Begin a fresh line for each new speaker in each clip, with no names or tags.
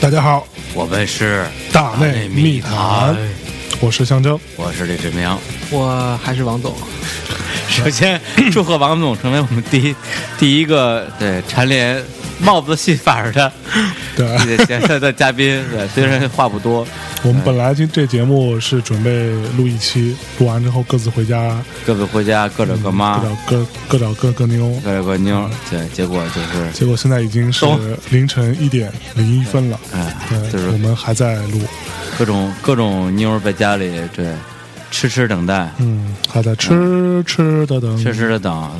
大家好，
我们是
大内密
谈，
我是香蕉。
我是李志明。
我还是王总，
首先祝贺王总成为我们第一第一个对蝉联帽子戏法儿的
对，
对决赛的嘉宾。对，虽然话不多，
我们本来今这节目是准备录一期，录完之后各自回家，
各自回家各找各妈
各，找各各找各各妞。
各找各妞。对，结果就是
结果现在已经是
懂
凌晨一点零一分了，
哦哎就
对，
是
我们还在录，
各种各种妞儿在家里对痴痴等待，
嗯，还在吃吃的等，
痴痴的等，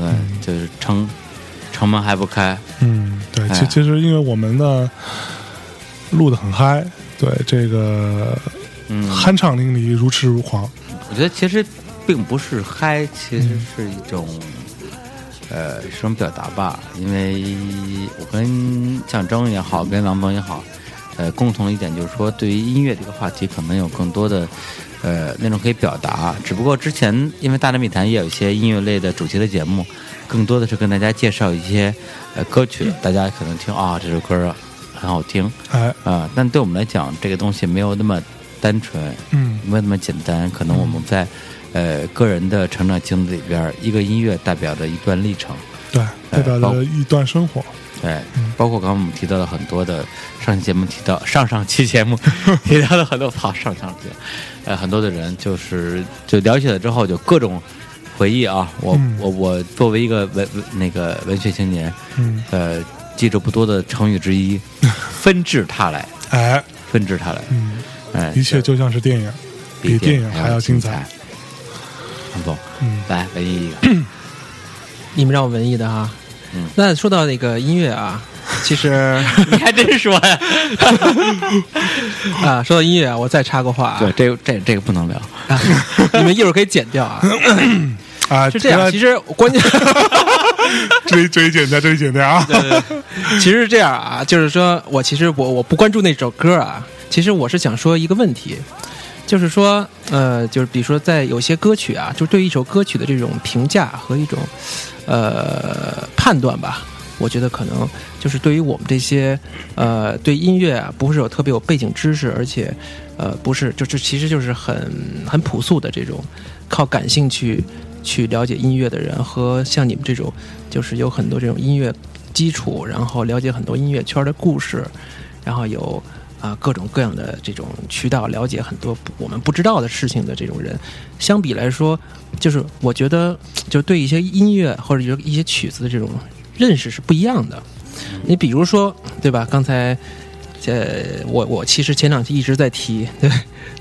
对，就是城城门还不开。
嗯，对，其
哎
其实因为我们呢录的很嗨，对这个
嗯，
酣畅淋漓，如痴如狂，
我觉得其实并不是嗨，其实是一种、呃一种表达吧。因为我跟象征也好，跟郎总也好，呃，共同的一点就是说，对于音乐这个话题，可能有更多的呃那种可以表达。只不过之前因为《大内密谈》也有一些音乐类的主题的节目，更多的是跟大家介绍一些呃歌曲，大家可能听啊、这首歌很好听
哎，
啊、但对我们来讲，这个东西没有那么单纯。
嗯，
没有那么简单。可能我们在呃个人的成长经历里边儿，一个音乐代表着一段历程，
对，
哎
代表
包
了一段生活，
对
嗯，
包括刚刚我们提到了很多的上期节目提到上上期 节目提到了很多，好上上期，呃，很多的人就是就了解了之后就各种回忆啊。我、
嗯
我我作为一个文文那个文学青年，
嗯，
呃，记住不多的成语 之一，纷至沓来，
哎，
纷至沓来，
嗯，
哎，
一切就像是电影，比电影还要精彩
彩。王总，
嗯
来文艺一个。
你们让我文艺的哈。
嗯
那说到那个音乐啊，其实
你还真说呀、
啊，说到音乐啊，我再插个话啊
对，，这个这个这个不 能聊。
啊 你们一会儿可以剪掉啊。
啊，
是这样，其实关键
这 一这一剪掉，这一剪掉 啊，
其实是这样啊，就是说我其实我我不关注那首歌啊，其实我是想说一个问题，就是说呃，就是比如说在有些歌曲啊，就对一首歌曲的这种评价和一种呃判断吧，我觉得可能就是对于我们这些呃对音乐啊不是有特别有背景知识，而且呃不是就是其实就是很很朴素的这种靠感性去去了解音乐的人，和像你们这种就是有很多这种音乐基础，然后了解很多音乐圈的故事，然后有。啊，各种各样的这种渠道了解很多不我们不知道的事情的这种人，相比来说，就是我觉得，就对一些音乐或者有一些曲子的这种认识是不一样的。
嗯
你比如说，对吧？刚才，呃，我我其实前两期一直在提，对，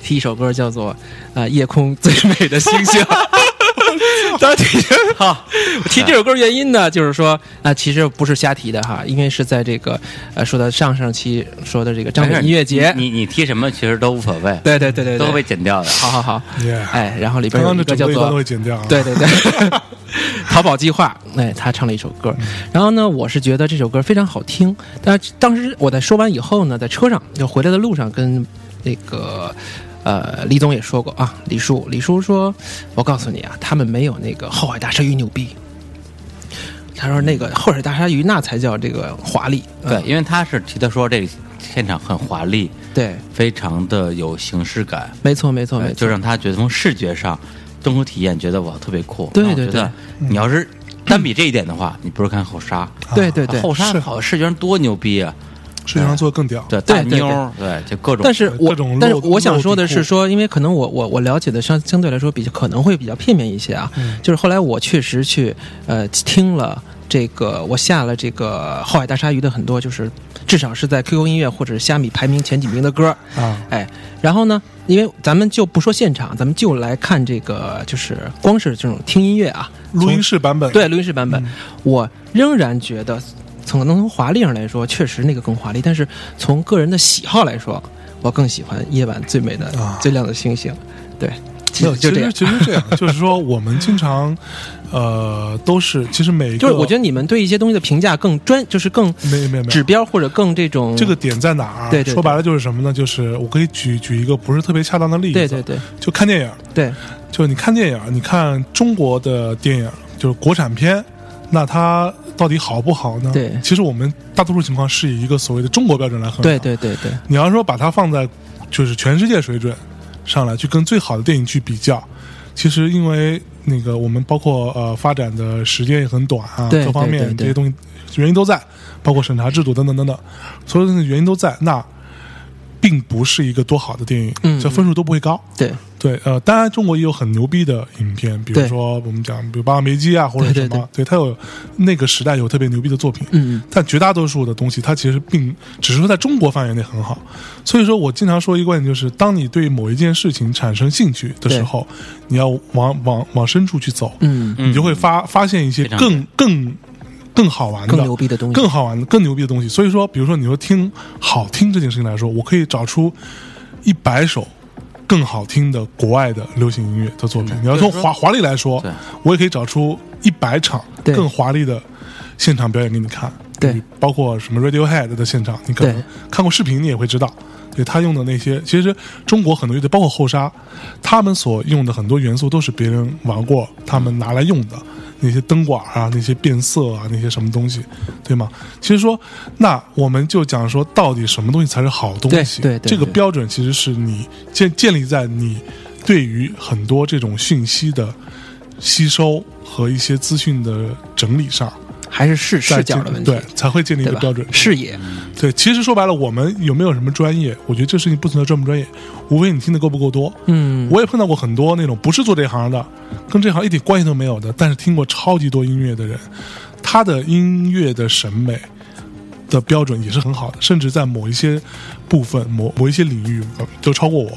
提一首歌叫做《呃夜空 最美的星星》。当然提这好， 我提这首歌原因呢，就是说啊、其实不是瞎提的哈，因为是在这个呃说到上上期说的这个张北音乐节，
你你提什么其实都无所谓，
对对对对
都会被
对，
剪掉的。
好好好，
耶，
哎，然后里边
刚
有
刚这
一个
整
叫
个一
做
段都会剪掉啊，
对对对， 淘宝计划，哎，他唱了一首歌，
嗯
然后呢，我是觉得这首歌非常好听，但是当时我在说完以后呢，在车上就回来的路上跟那个。呃，李总也说过啊，李叔，李叔说，我告诉你啊，他们没有那个后海大鲨鱼牛逼。他说那个后海大鲨鱼那才叫这个华丽，嗯
对，因为他是提到说这个现场很华丽，
对，
非常的有形式感，
没错没错
呃
没错，
就让他觉得从视觉上、综合体验觉得哇特别酷。
对
那我
对
觉得你要是单比这一点的话，你不如看后沙，
啊
对对对，
后沙
是
好视觉上多牛逼啊！
视觉上做得更屌，
对，
对
大
对
妞儿，对，就各种。
但是
各
我
种
但是
漏
我想说的
漏
是
底裤
说，因为可能我我我了解的相相对来说比较可能会比较片面一些啊，
嗯
就是后来我确实去呃听了。这个我下了这个后海大鲨鱼的很多，就是至少是在 QQ 音乐或者虾米排名前几名的歌，
啊，
哎，然后呢，因为咱们就不说现场，咱们就来看这个，就是光是这种听音乐啊，
录
从
音室版本，
对录音室版
嗯
本，我仍然觉得从可能从华丽上来说，确实那个更华丽，但是从个人的喜好来说，我更喜欢夜晚最美的、
啊
最亮的星星。对，
没有，
就这样。
其实其实这样，就是说我们经常，呃，都是其实每一个
就是我觉得你们对一些东西的评价更专，就是更
没没没
指标或者更这种
这个点在哪儿？啊
对对对
说白了就是什么呢？就是我可以举举一个不是特别恰当的例子，
对对对
就看电影，
对
就你看电影，你看中国的电影，就是国产片，那它到底好不好呢？
对
其实我们大多数情况是以一个所谓的中国标准来衡量。
对对对对，
你要说把它放在就是全世界水准上来去跟最好的电影去比较，其实因为那个我们包括呃发展的时间也很短啊，
对
各方
对对
面这
对
些东西原因都在，包括审查制度等等等等，所有的原因都在。那并不是一个多好的电影，
嗯
这分数都不会高。
对
对，呃，当然中国也有很牛逼的影片，比如
对
说我们讲，比如《霸王别姬》啊，或者
对对
什么，对它有那个时代有特别牛逼的作品，
嗯，
但绝大多数的东西，它其实并只是说在中国范围内很好。所以说我经常说一个观点，就是当你对某一件事情产生兴趣的时候，你要往往往深处去走，
嗯，
你就会发发现一些
非常
更更更好玩的、
更牛逼的东西，
更好玩的、更牛逼的东西。所以说，比如说你说听好听这件事情来说，我可以找出一百首更好听的国外的流行音乐的作品。
嗯
你要从华华丽来说
对，
我也可以找出一百场
对
更华丽的现场表演给你看。
对，
包括什么 Radiohead 的现场，你可能
对
看过视频，你也会知道。对他用的那些，其实中国很多乐队，包括后沙，他们所用的很多元素都是别人玩过，他们拿来用的那些灯管啊，那些变色啊，那些什么东西，对吗？其实说，那我们就讲说，到底什么东西才是好东西？
对对对
这个
对
标准其实是你建建立在你对于很多这种讯息的吸收和一些资讯的整理上，
还是视
在
视角的
建
问题，
对，才会建立一
对
个
吧
标准。
视野，
对，其实说白了，我们有没有什么专业？我觉得这事情不存在专不专业，无非你听的够不够多。
嗯，
我也碰到过很多那种不是做这行的，跟这行一点关系都没有的，但是听过超级多音乐的人，他的音乐的审美的标准也是很好的，甚至在某一些部分、某某一些领域呃都超过我，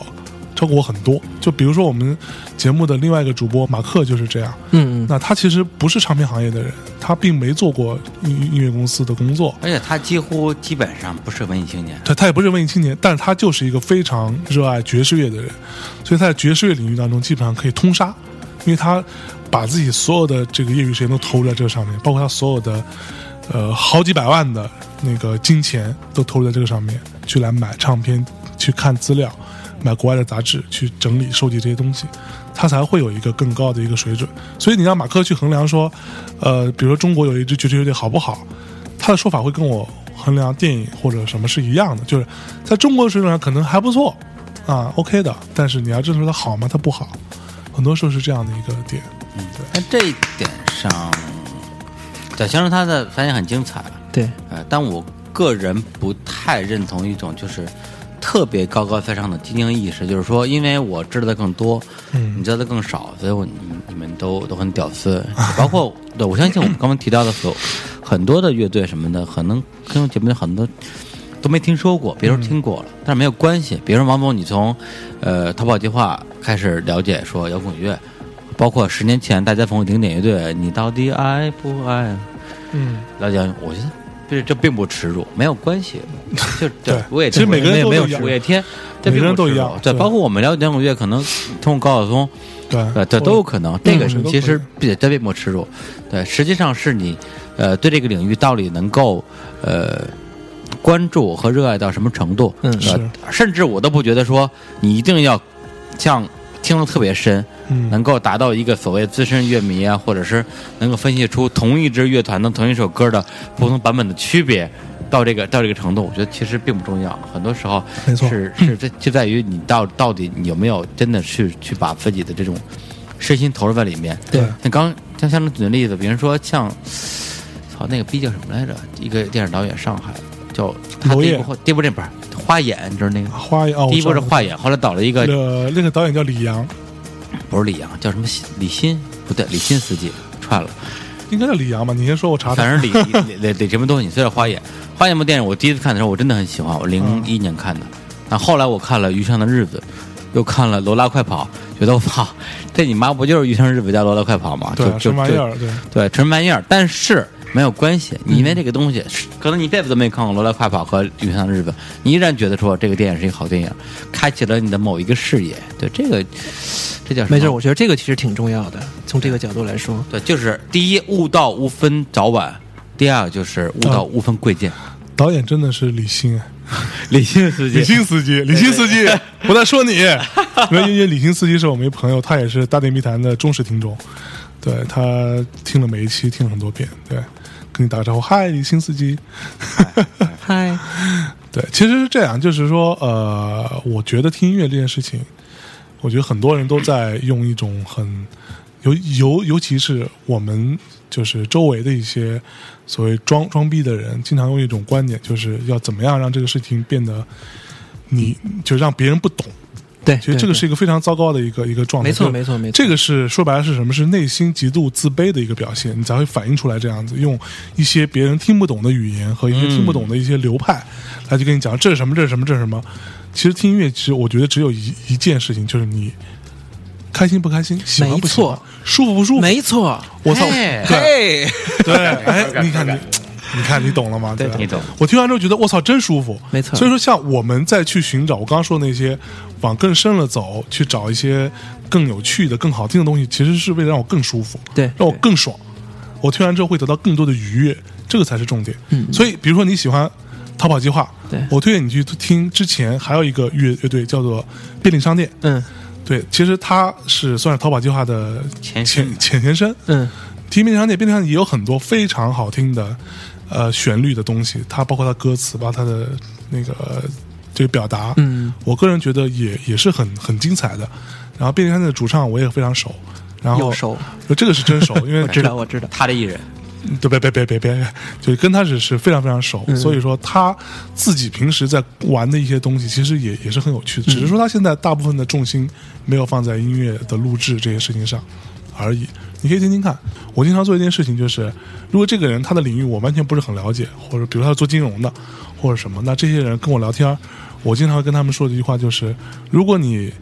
超过我很多。就比如说我们节目的另外一个主播马克就是这样，
嗯嗯
那他其实不是唱片行业的人，他并没做过音音乐公司的工作，
而且他几乎基本上不是文艺青年，
他他也不是文艺青年，但是他就是一个非常热爱爵士乐的人，所以他在爵士乐领域当中基本上可以通杀，因为他把自己所有的这个业余时间都投入在这个上面，包括他所有的呃好几百万的那个金钱都投入在这个上面，去来买唱片，去看资料，买国外的杂志，去整理收集这些东西，他才会有一个更高的一个水准。所以你让马克去衡量说，呃，比如说中国有一支爵士乐队好不好，他的说法会跟我衡量电影或者什么是一样的，就是在中国的水准上可能还不错啊，OK 的。但是你要真说它好吗？它不好，很多时候是这样的一个点。
但这一点上，小先生他的发言很精彩，
对，
呃，但我个人不太认同一种就是特别高高在上的精英意识，就是说，因为我知道的更多，你
嗯
知道的更少，所以我你你们都都很屌丝，包括对我相信我们刚刚提到的所很多的乐队什么的，可能听节目的很多都没听说过，别人听过了，但是没有关系。比如说王总，你从呃淘宝计划开始了解说摇滚乐，包括十年前大家从零点乐队，你到底爱不爱？
嗯，
了解，我觉得这这并不耻辱，没有 关系，就
对
我也
其实每个人都
没有
一样
五月天，这
每个
并
人
不
都
耻
一
辱
样
对，
对
包括我们了解摇滚乐，可能通过高晓松。
对
对，呃这都有可能。这个是
嗯
其实也真并不耻辱，对，实际上是你，呃，对这个领域到底能够呃关注和热爱到什么程度，
嗯
呃
是
甚至我都不觉得说你一定要像听得特别深，
嗯
能够达到一个所谓资深乐迷啊，或者是能够分析出同一支乐团的同一首歌的不同版本的区别，到这个到这个程度，我觉得其实并不重要。很多时候
没错
是是在就在于你到到底你有没有真的去去把自己的这种身心投入在里面。
对
像刚像像举的例子，比如说像，操那个逼叫什么来着？一个电影导演，上海叫他
娄
第一
烨
部第一部这本花眼，你知道那个？
花哦，
第一
我知
部是
道
花眼，后来导了一个
那个呃那个导演叫李阳，
不是李阳，叫什么新李欣？不对，李欣司机串了，
应该叫李阳吧？你先说，我查查。
反正李 李李李什么东西，虽然花眼，花眼部电影我第一次看的时候我真的很喜欢，我零一年看的，但后来我看了《余生的日子》，又看了《罗拉快跑》，觉得哇，这你妈不就是《余生的日子》加《罗拉快跑》吗？
对
就
啊，什
就
么玩意
就
儿？对，
对，纯玩意儿。但是没有关系。你因为这个东西，
嗯
可能你一辈子都没看过《罗莱快跑》和《旅行日本》，你依然觉得说这个电影是一个好电影，开启了你的某一个视野。对这个，这叫什么
没事，我觉得这个其实挺重要的。从这个角度来说，
对，就是第一，悟道无分早晚；第二，就是悟道无分贵贱。
导演真的是李欣， 啊
理性世
李欣司机，李欣司机， 我在说你，因为因为李欣司机是我们一朋友，他也是《大内密谈》的忠实听众，对他听了每一期，听了很多遍，对，跟你打个招呼，嗨，李欣司机，
嗨，
对，其实是这样，就是说，呃，我觉得听音乐这件事情，我觉得很多人都在用一种很尤尤尤其是我们就是周围的一些所谓装装逼的人，经常用一种观点，就是要怎么样让这个事情变得你就让别人不懂。
对，
其实
对
这个
对
是一个非常糟糕的一个一个状态。
没错
就
没错没错
这个是说白了是什么？是内心极度自卑的一个表现，你才会反映出来这样子，用一些别人听不懂的语言和一些听不
嗯
懂的一些流派，来去跟你讲这是什么，这是什么，这是什么。其实听音乐，其实我觉得只有一一件事情，就是你开心不开心，喜欢不喜
没
欢
错，
舒服不舒服。
没错，
我操，
嘿
对
嘿，
对，哎，你看你。你看，你懂了吗？对吧啊
你懂。
我听完之后觉得，我操，真舒服。
没错
所以说，像我们再去寻找我刚刚说的那些，往更深了走，去找一些更有趣的、更好听的东西，其实是为了让我更舒服，
对
让我更爽。我听完之后会得到更多的愉悦，这个才是重点。嗯。所以，比如说你喜欢逃跑计划，
对
我推荐你去听之前还有一个乐乐队叫做便利商店，
嗯
对，其实它是算是逃跑计划的
前身
前前前身，
嗯，
提名商店，便利商店也有很多非常好听的呃旋律的东西，它包括它歌词，包括它的那个呃这个表达，
嗯，
我个人觉得也也是很很精彩的。然后便利商店的主唱我也非常熟，然后
又熟，
这个是真熟， 因为
知道我知道，
他的艺 人，
对，别别别别别，就跟他只是非常非常熟，所以说他自己平时在玩的一些东西，其实也也是很有趣的，只是说他现在大部分的重心没有放在音乐的录制这些事情上而已。你可以听听看，我经常做一件事情，就是如果这个人他的领域我完全不是很了解，或者比如他是做金融的或者什么，那这些人跟我聊天儿，我经常会跟他们说的一句话就是：如果你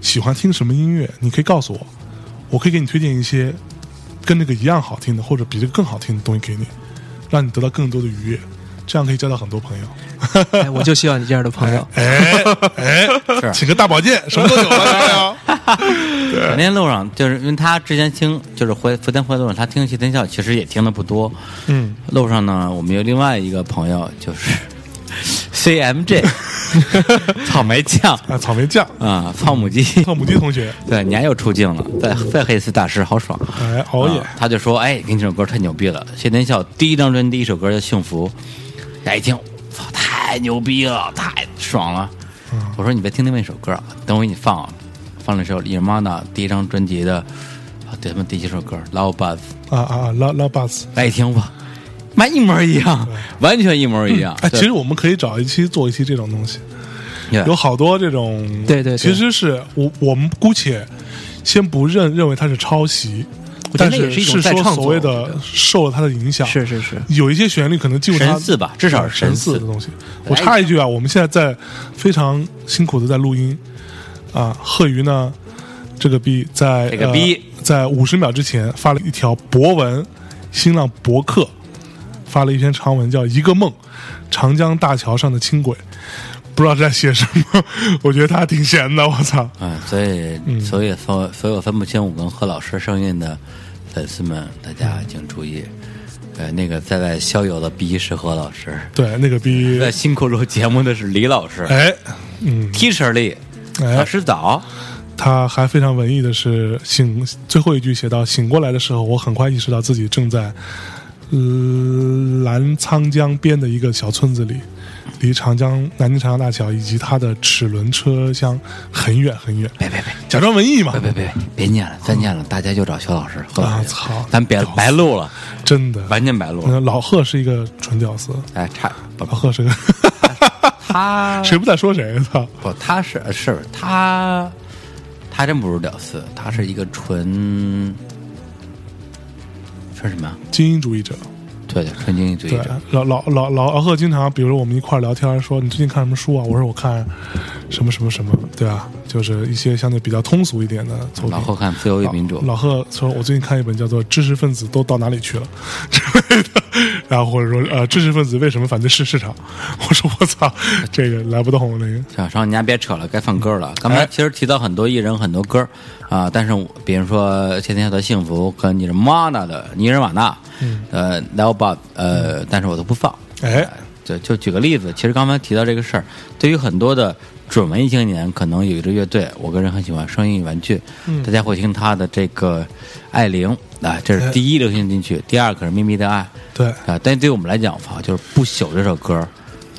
喜欢听什么音乐，你可以告诉我，我可以给你推荐一些跟这个一样好听的，或者比这个更好听的东西给你，让你得到更多的愉悦，这样可以交到很多朋友。
哎，我就需要你这样的朋友。
哎 哎，
是
请个大保健，什么都有了大家呀。
肯定路上就是因为他之前听就是回福建回来路上，他听谢天笑其实也听的不多。
嗯，
路上呢，我们有另外一个朋友就是 CMJ 草莓 酱
啊，草莓酱，
啊，胖母鸡。
泡母鸡同学，
对，你还又出镜了，再再黑一次大师，好爽。
哎，熬夜
啊，他就说：“哎，听这首歌太牛逼了！”谢天笑第一张专辑第一首歌叫《幸福》，大家一听，操，太牛逼了，太爽了！
嗯
我说：“你别听另外一首歌啊，等我给你放啊，放了一首 Nirvana 第一张专辑的，啊，对他们第一首歌《Love Buzz》，
啊啊啊，拉拉 bus。
大家一听吧，妈一模一样，
嗯
完全一模一样。
哎，
对
其实我们可以找一期做一期这种东西，
对
哎有好多这种，
对对对
其实是我我们姑且先不认认为它是抄袭，
我觉
但
得那也
是
是一种再
说
创作
所谓
我觉
的
得
受了它的影响，
是是是，
有一些旋律可能进入它
神似吧至少是
神
神似
似的东西。我插一句啊，我们现在在非常辛苦的在录音啊，贺鱼呢，这个逼在
这个逼
呃、在五十秒之前发了一条博文，新浪博客发了一篇长文，叫《一个梦：长江大桥上的轻轨》。不知道在写什么， 我觉得他挺闲的，我操！
嗯，所以所以分所以我分不清我跟贺老师声音的粉丝们，大家请注意。呃，那个在外逍遥的逼是何老师，
对，那个逼，
在辛苦录节目的是李老师
哎，嗯，
，Teacher 李，
哎
老师早，
他还非常文艺的是醒，最后一句写到醒过来的时候，我很快意识到自己正在、呃、澜沧江边的一个小村子里，离长江南京长江大桥以及它的齿轮车厢很远很远。
别别别
假装文艺嘛，
别别别别念了，再念了大家就找肖老师，何老
啊
师，
操
咱别
屌丝
白录了，
真的。
完全白录了，
嗯老贺是一个纯屌丝，
哎，差不
老贺是个，
他
谁不在说谁？操，
不他是是他，他真不是屌丝，他是一个纯，说什么啊？
精英主义者。
对对，纯精英主义
对
者。，
老老老老老贺经常，比如说我们一块儿聊天，说你最近看什么书啊？我说我看什么什么什么，对啊，就是一些相对比较通俗一点的作品。
老后看自由与民主，
老贺说，我最近看一本叫做《知识分子都到哪里去了》之类的，然后或者说呃知识分子为什么反对市市场？ 我说我操，这个来不动那个。
小商，你家别扯了，该放歌了。刚才
哎
其实提到很多艺人、很多歌啊、但是我比如说《天天要的幸福》跟你是 Mana 的尼日瓦纳，呃 l e o b a 呃，但是我都不放。
哎，
就就举个例子，其实刚才提到这个事儿，对于很多的准文艺青年，可能有一支乐队，我个人很喜欢声音与玩具，大家会听他的这个《爱玲》啊，这是第一流行金曲，第二可是《秘密的爱》
对，
啊，但是对于我们来讲，哈，就是《不朽》这首歌，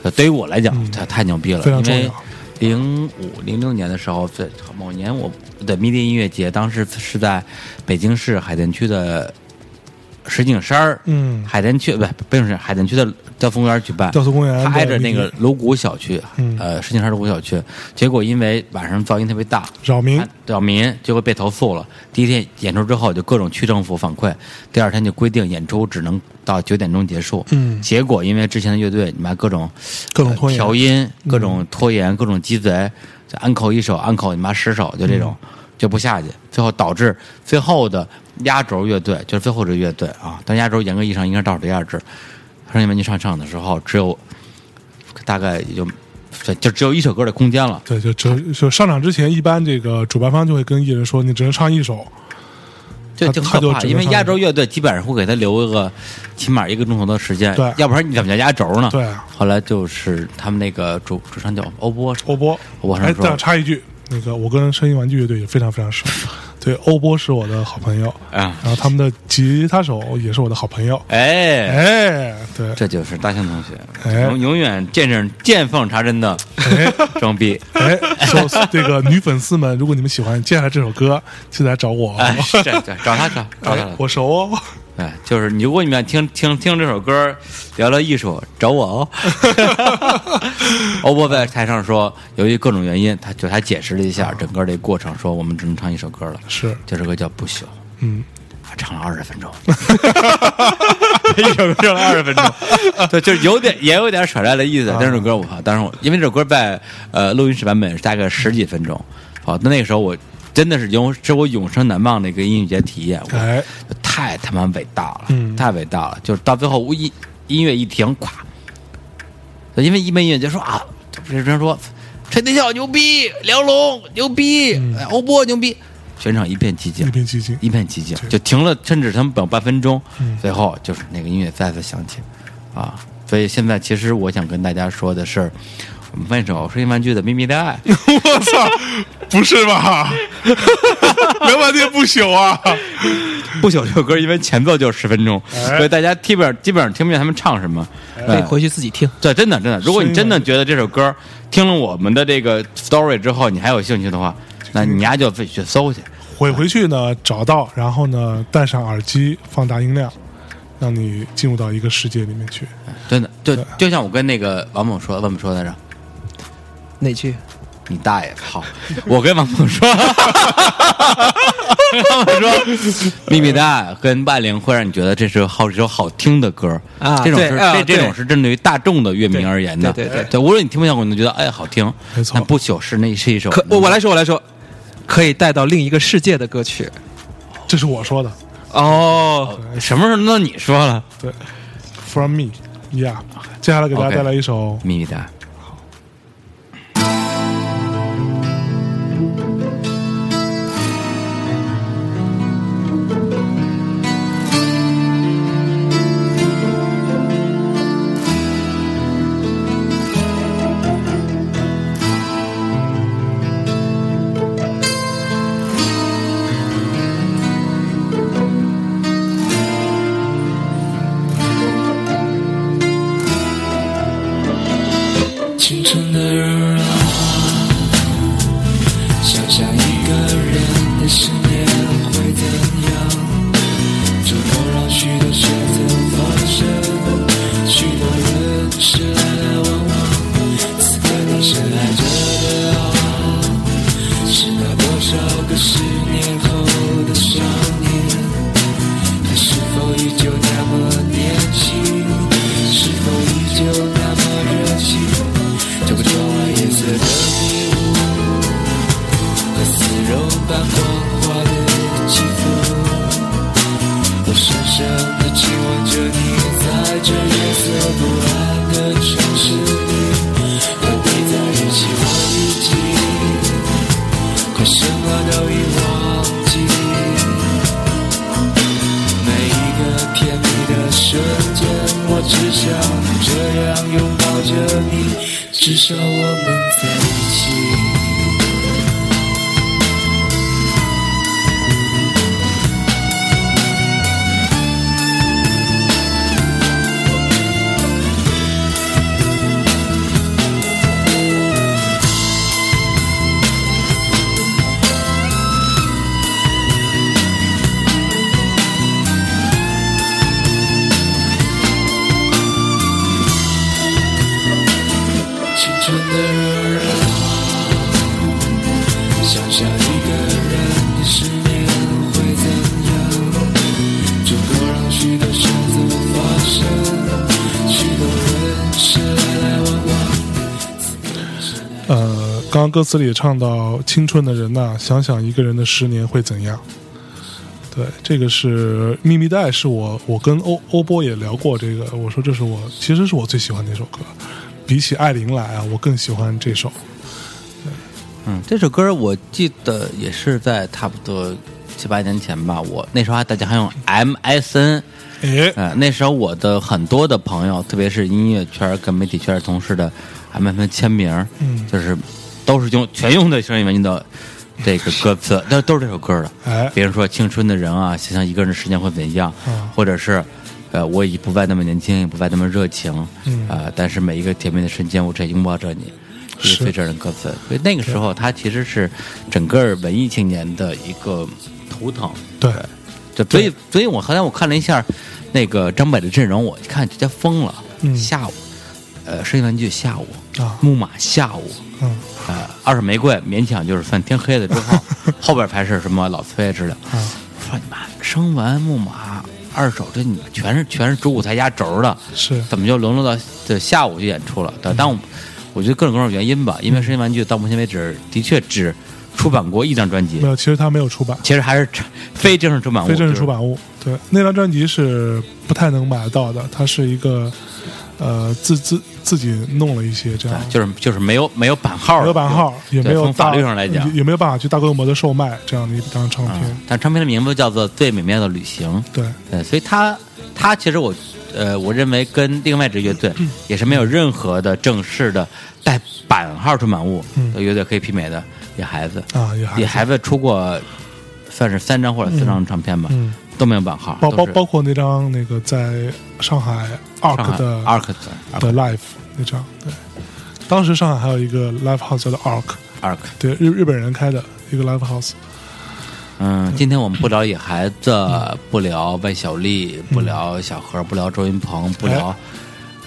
呃对于我来讲，它太牛逼了，
嗯非常
因
重
为
要
零五零六年的时候，在某年我的迷笛音乐节，当时是在北京市海淀区的石景山儿，
嗯
海淀区不不是海淀区的调峰公园举办，
调度公园
它挨着
的
那个锣鼓小区，
嗯
呃，石景山锣鼓小区，结果因为晚上噪音特别大，
扰民
啊，扰民就会被投诉了。第一天演出之后，就各种区政府反馈，第二天就规定演出只能到九点钟结束。
嗯
结果因为之前的乐队，你们各种
各种拖
呃
延嗯
调音、各种拖延、各种鸡贼，就安口一首，安口你妈十首，就这种、
嗯
就不下去，最后导致最后的压轴乐队就是最后这乐队啊，但压轴严格意义上应该是倒数第二支。声音们去上场的时候，只有大概也就就只有一首歌的空间了。
对，就只就上场之前，一般这个主办方就会跟艺人说，你只能唱一首。
这
他
挺
他
可
就
怕，
只能
因为
上
压轴乐队基本上会给他留一个起码一个钟头的时间，
对
要不然你怎么叫压轴呢？
对啊
后来就是他们那个主主唱叫欧波，
欧波，
欧波
哎，
上
再
说
插一句，那个我跟声音玩具乐队也非常非常熟， 对，欧波是我的好朋友，
啊，
然后他们的吉他手也是我的好朋友，
哎，
哎，对，
这就是大象同学，
哎
永永远见证见缝插针的
哎。
装逼。
哎，说 这个女粉丝们，如果你们喜欢接下来这首歌，记得来找我。
哎，是这找他找找他
哎
了，。
我熟哦，
哎，就是你，如果你们要听听听这首歌，聊聊艺术，找我哦。 欧波在台上说，由于各种原因，他就他解释了一
啊
下整个这过程，说我们只能唱一首歌了，
是，
这首歌叫《不朽》，
嗯，
他唱了二 十分钟，一首歌唱了二十分钟， 对，就是有点也有点耍赖的意思。
啊
但是这首歌我靠，当时我因为这首歌在呃录音室版本是大概十几分钟，好，那那个时候我真的是永是我永生难忘的一个音乐节体验，我
哎，
太他妈伟大了，
嗯
太伟大了！就是到最后，我音音乐一停，咵，因为一门音乐节说啊，这人说陈天笑牛逼，梁龙牛逼，哎欧波牛逼，全场一片寂静
一，片寂静，
一片寂静，就停了，甚至他们等半分钟，
嗯
最后就是那个音乐再次响起，啊，所以现在其实我想跟大家说的是，我们分手声音玩具的秘密的爱，
我操，不是吧？ 聊半天不朽啊！
不朽这首歌因为前奏就十分钟，
哎
所以大家基本上基本上听不见他们唱什么，
可以
对。
回去自己听。
对，真的真的，如果你真的觉得这首歌听了我们的这个 story 之后，你还有兴趣的话，那你丫就自己去搜去。
回回去呢，找到，然后呢，戴上耳机，放大音量，让你进入到一个世界里面去。
真的，就就像我跟那个王猛说，王猛说来着，
哪句？
你大爷！好， 我跟王猛说， 王猛说，秘密的爱跟万灵会让你觉得这是好一首好听的歌
啊
这种
对
是、
啊
这这种
对
是针对于大众的乐迷而言的，
对对对对
无论你听不听，我你都觉得哎好听，
没错
但不朽是那是一首
可我我来说，我来说，可以带到另一个世界的歌曲。
这是我说的，
哦，
什么时候轮到你说了？
对，From me。Yeah，接下来给大家
OK
带来一首
秘密的爱。
清晨的人啊，想象一个人的信念会怎样？这能让许多选择发生，许多人是来来往往，此刻你深爱着的啊，是那多少个十年后的少年？他是否依旧那么年轻？是否依旧那么热情？这个窗外依着你，至少我们在一起。青春的热热闹，想象一个人的十年会怎样？足够让许多选择发生，许多人是来来往往。
呃，刚刚歌词里也唱到“青春的人呐、想想一个人的十年会怎样。”对，这个是《秘密带》，是我我跟欧欧波也聊过这个，我说这是我其实是我最喜欢的一首歌，比起《艾琳》来啊，我更喜欢这首。
嗯，这首歌我记得也是在差不多七八年前吧，我那时候还大家还用 MSN。
哎，
呃，那时候我的很多的朋友，特别是音乐圈儿跟媒体圈儿同事的 M F 签名儿，
嗯
就是都是用全用的声音文件的这个歌词，那都是这首歌的。
哎
比如说《青春的人》啊，想想一个人的时间会怎样，
嗯
或者是呃，我已不再那么年轻，也不再那么热情，
嗯
呃，但是每一个甜蜜的瞬间，我只拥抱着你。这
是
是最这样的歌词，所以那个时候他其实是整个文艺青年的一个图腾。
对，
对，所以所以我后来我看了一下那个张北的阵容，我一看直接疯了。
嗯
下午，呃，声音玩具下午，
啊
木马下午，
嗯
呃，二手玫瑰勉强就是算天黑了 之后，后边才是什么老崔之类的。
啊，
我说你妈生完木马二手这你妈全是全是主舞台压轴的，
是
怎么就沦落到这下午去演出了？
嗯
对，但我我觉得各种各样的原因吧，因为声音玩具到目前为止的确只出版过一张专辑
没，有，其实他没有出版。
其实还是非正式出版物，
非正式
就是
出版物。对，那张专辑是不太能买得到的，它是一个呃自自自己弄了一些这样
啊，，就是就是没有没有版号，
没有版号，也
对，
没有
从法
大
律上来讲
也，也没有办法去大规模的售卖这样的一张唱
啊
片。
但唱片的名字叫做《最美妙的旅行》，
对，
对，所以他他其实我呃，我认为跟另外一支乐 队也是没有任何的正式的带版号出版物
嗯
的乐队可以媲美的野孩子，
啊，也还
野孩子出过算是三张或者四张唱片吧，
嗯，
都没有版号，
包包
都是
包括那张那个在上海 ARK 的
上海 Arc
的
Arc
Live 那张，对，当时上海还有一个 Live House 叫做 ARK，
Arc，
对，日日本人开的一个 Live House，
嗯，今天我们不聊野孩子，不聊万晓利，不聊小何，不聊周云鹏，不聊
哎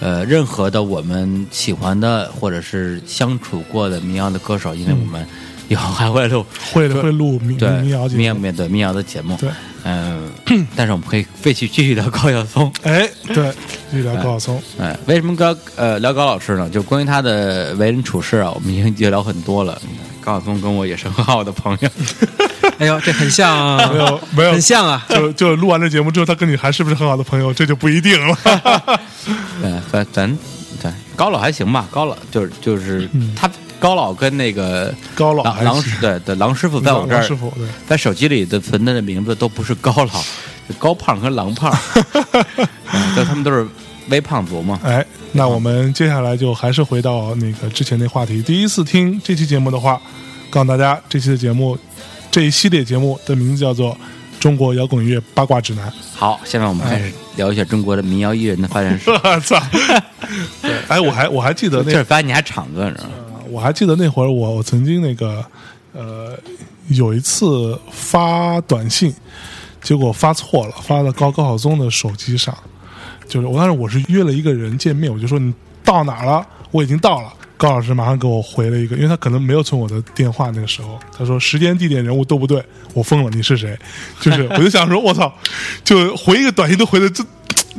呃任何的我们喜欢的或者是相处过的民谣的歌手，因为我们 以后还会录
会会录民
对
嗯民谣节
民谣
目，
民对民谣的节目，
对，
嗯， 但是我们可以继续继续聊高晓松。
哎，对，医疗高晓松，
哎，为什么高呃聊高老师呢？就关于他的为人处事啊，我们已经就聊很多了。高晓松跟我也是很好的朋友，
哎呦，这很像啊，
没有没有
很像啊。
哎
就就录完这节目之后，他跟你还是不是很好的朋友，这就不一定了。
对，咱咱对高老还行吧，高老就是就是、他高老跟那个
嗯高老
狼
还
狼
行
对对狼师 傅在我这
王
儿
师，傅，对，
在手机里的存的名字都不是高老，就高胖和狼 胖，嗯对，他们都是微胖族嘛。
哎，那我们接下来就还是回到那个之前那话题。第一次听这期节目的话，告诉大家这期的节目，这一系列节目的名字叫做《中国摇滚乐八卦指南
好，下面我们开
哎
始聊一下中国的民谣艺人的发 展史》。。
我操！对，哎，我还我还记得那
这发现你还敞着呢，
我还记得那会儿我我曾经那个呃有一次发短信，结果发错了，发到高高晓松的手机上。就是我当时我是约了一个人见面，我就说你到哪儿了？我已经到了。高老师马上给我回了一个，因为他可能没有存我的电话，那个时候他说时间、地点、人物都不对，我疯了，你是谁？就是我就想说，我操，就回一个短信都回的这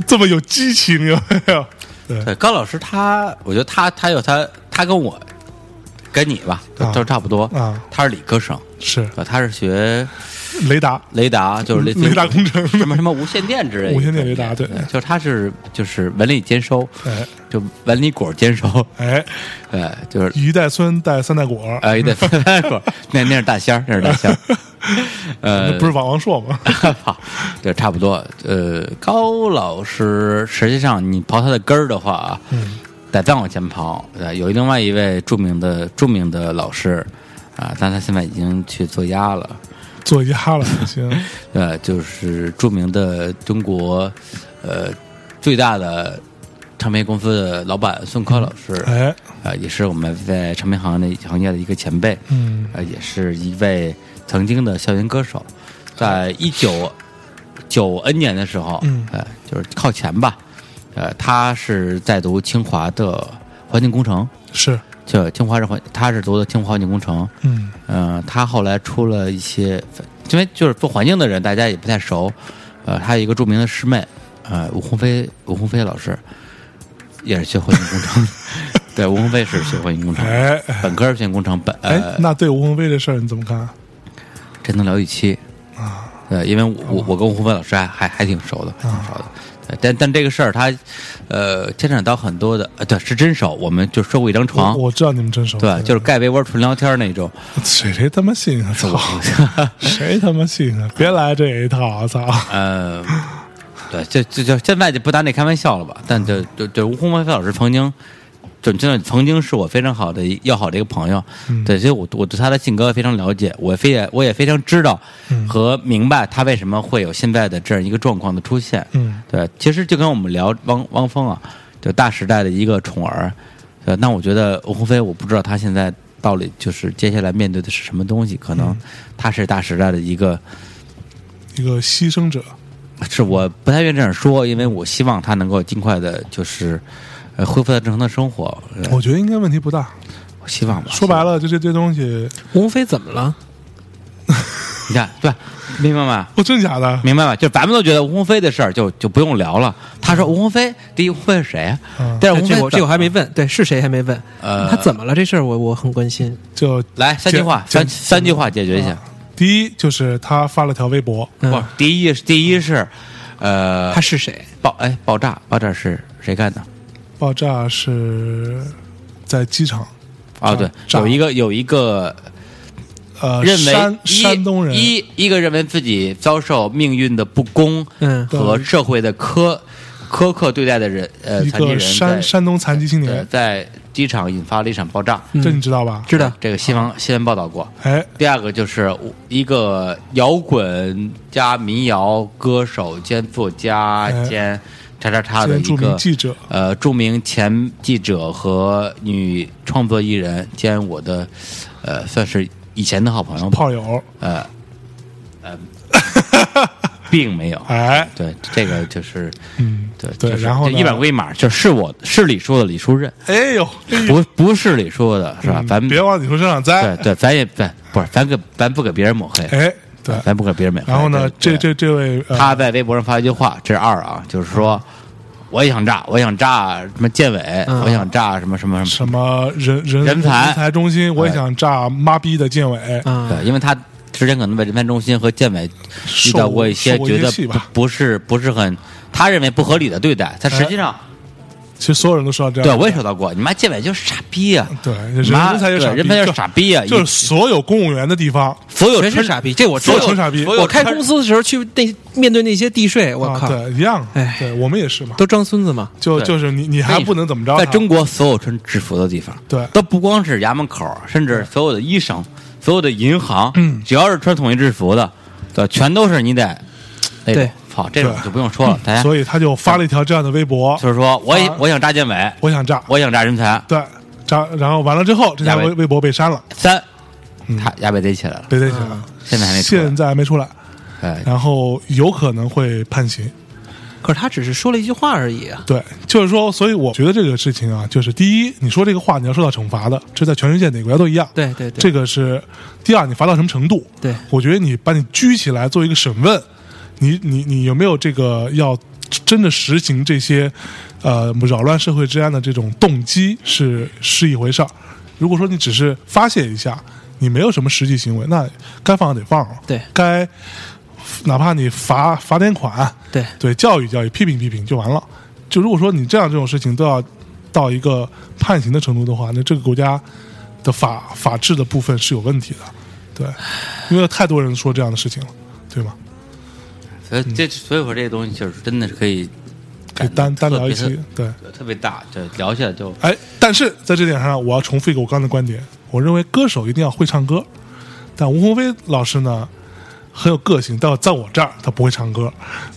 这么有激情，有没有？对
对高老师他，我觉得他他有他他跟我跟你吧
啊
都差不多
啊
他是理科生，
是
对他是学
雷达，
雷达，就是类似于
嗯雷达工程
什么什么无线电之类的。
无线电雷达对
就是它是就是文理兼收，
哎
就文理果兼收，
哎，
对，就是
一代孙带三代果，
呃也得分开果，那那是大仙儿，那是大仙 儿，呃
那不是王王朔 吗？
好，对，差不
嗯
多。呃，高老师，实际上你刨他的根儿的话啊，得再往前跑，呃，有另外一位著名的著名的老师啊，但他现在已经去做鸭了。
做鸭了，行，
呃，就是著名的中国呃最大的唱片公司的老板宋柯老师，
哎，
呃，也是我们在唱片行业行业的一个前辈，
嗯，
呃，也是一位曾经的校园歌手，在一九九 N 年的时候，
嗯
呃，就是靠前吧，呃，他是在读清华的环境工程，
是，
就清华是环，他是读的清华环境工程，
嗯，
嗯，他后来出了一些，因为就是做环境的人大家也不太熟，呃，他有一个著名的师妹，呃，吴鸿飞，吴鸿飞老师也是学环境工 程，对，吴鸿飞是学环境工程，
哎，
本科是学工程，本
哎
呃，，
那对吴文飞这事儿你怎么看？
这能聊一期啊，呃，因为我
哦
我我跟吴鸿飞老师还还还挺熟
啊
的，还挺熟的。呃但但这个事儿，他，呃，牵扯到很多的，呃，对，是真熟。我们就说过一张
我
床，
我知道你们真熟，
啊对，啊就是盖被窝纯聊天那种。
谁谁他妈信啊？ 操，谁他妈信啊？别来这一套啊！操，
呃， 对，这这就现在就不拿这开玩笑了吧？但就就就吴鸿飞老师曾经，就真的曾经是我非常好的一要好的一个朋友，对，所以我我对他的性格非常了解，我非也我也非常知道和明白他为什么会有现在的这样一个状况的出现。
嗯，
对，其实就跟我们聊汪汪峰啊，就大时代的一个宠儿，对，那我觉得吴鸿飞，我不知道他现在到底就是接下来面对的是什么东西，可能他是大时代的一个。
一个牺牲者，
是我不太愿意这样说，因为我希望他能够尽快的，就是呃恢复到正常的生活。呃
我觉得应该问题不大。
我希望吧。
说白了，就这堆东西，
吴鸿飞怎么了？
你看，对，明白吗？
哦我真假的？
明白吧？就咱们都觉得吴鸿飞的事儿就就不用聊了。他说吴鸿飞，第一吴鸿飞是谁啊？
嗯
但是吴鸿
这这
飞
我这我还没问，对，是谁还没问？
呃
他怎么了？这事儿我我很关心。
就
来三句话，
简
三三句话解决一下。
第一就是他发了条微博，
嗯
不，第一是第一是呃
他是谁？
爆哎爆炸爆炸是谁干的？
爆炸是在机场，
啊，对，
炸
有一个有一个
呃，
认为
山
一
山东人
一一个认为自己遭受命运的不公，
嗯
和社会的苛苛刻对待的人，呃，
一
残疾
个
人在
山山东残疾青
呃
年，
在机场引发了一场爆炸，
嗯
这你知道吧？
知道
这个新闻新闻报道过。
哎，
第二个就是一个摇滚加民谣歌手兼作家
哎
兼叉叉叉的
兼
一
著
个
名记者
呃，著名前记者和女创作艺人兼我的呃，算是以前的好朋友吧。
炮友，
呃，呃，并没有。
哎，
对，这个就是，
嗯，
对
对
就是
然后
就
呢
一码归一码，就是我是李叔的李叔认，
哎呦，哎呦
不不是李叔的是吧？咱们
别往你说身上栽
对，对，咱也咱不是咱给咱不给别人抹黑，
哎，对，
咱不给别人抹黑。
然后呢，这
对
这这位呃
他在微博上发一句话，这是二啊，就是说。我也想炸，我想炸什么建委，
嗯
我想炸什么什么什
什
么。
么人人
人才
人才中心，我也想炸妈逼的建委，
啊，
对，因为他之前可能在人才中心和建委遇到过一些
受过一
觉
些
得
气
不
吧
不是不是很，他认为不合理的对待，他实际上
其实所有人都受到这样
对
的。
我也收到过，你妈建委就是傻逼呀，
对，人
妈
人才就
对
傻逼，
人才就是傻逼呀，
就是
一
所有公务员的地方，
所有
全
村
是傻逼，这我知
所有
都
道
纯。傻逼
所有
我开
村
公司的时候去那面对那些地税，我
啊，
靠，
对，一样，
哎
对我们也是嘛，
都装孙子嘛。
就
对
就是你你还不能怎么着他，
在中国所有穿制服的地方，
对
都不光是衙门口，甚至所有的医生、所有的银行，嗯，只要是穿统一制服的，对，全都是你得，那种
对
好，这种
对嗯
就不用说了，大家
所以他就发了一条这样的微博，
就是说，我也
啊
我想炸建委，
我想炸，
我想炸人才，
对，炸，然后完了之后，这条
亚伟
微微博被删了，
三，
嗯
他衙被逮起来了，
被逮起来了，
啊现在还没出来
现在还没出来，
哎，
然后有可能会判刑，
可是他只是说了一句话而已啊。
对，就是说，所以我觉得这个事情啊，就是第一，你说这个话你要受到惩罚的，这在全世界哪个国家都一样，
对对对
这个是第二，你罚到什么程度？
对
我觉得你把你拘起来做一个审问，你你你有没有这个要真的实行这些呃扰乱社会治安的这种动机是是一回事儿。如果说你只是发泄一下，你没有什么实际行为，那该放得放，
对
该哪怕你罚罚点款，
对
对，教育教育，批评批评就完了。就如果说你这样这种事情都要到一个判刑的程度的话，那这个国家的法法治的部分是有问题的，对，因为太多人说这样的事情了，对吗？
所以这所以说这个东西就是真的是可以
可以
感
单单聊一
特别
期。对，
特别大，就聊起来就
哎，但是在这点上，我要重复一个我刚才的观点，我认为歌手一定要会唱歌，但吴鸿飞老师呢很有个性，但在我这儿他不会唱歌，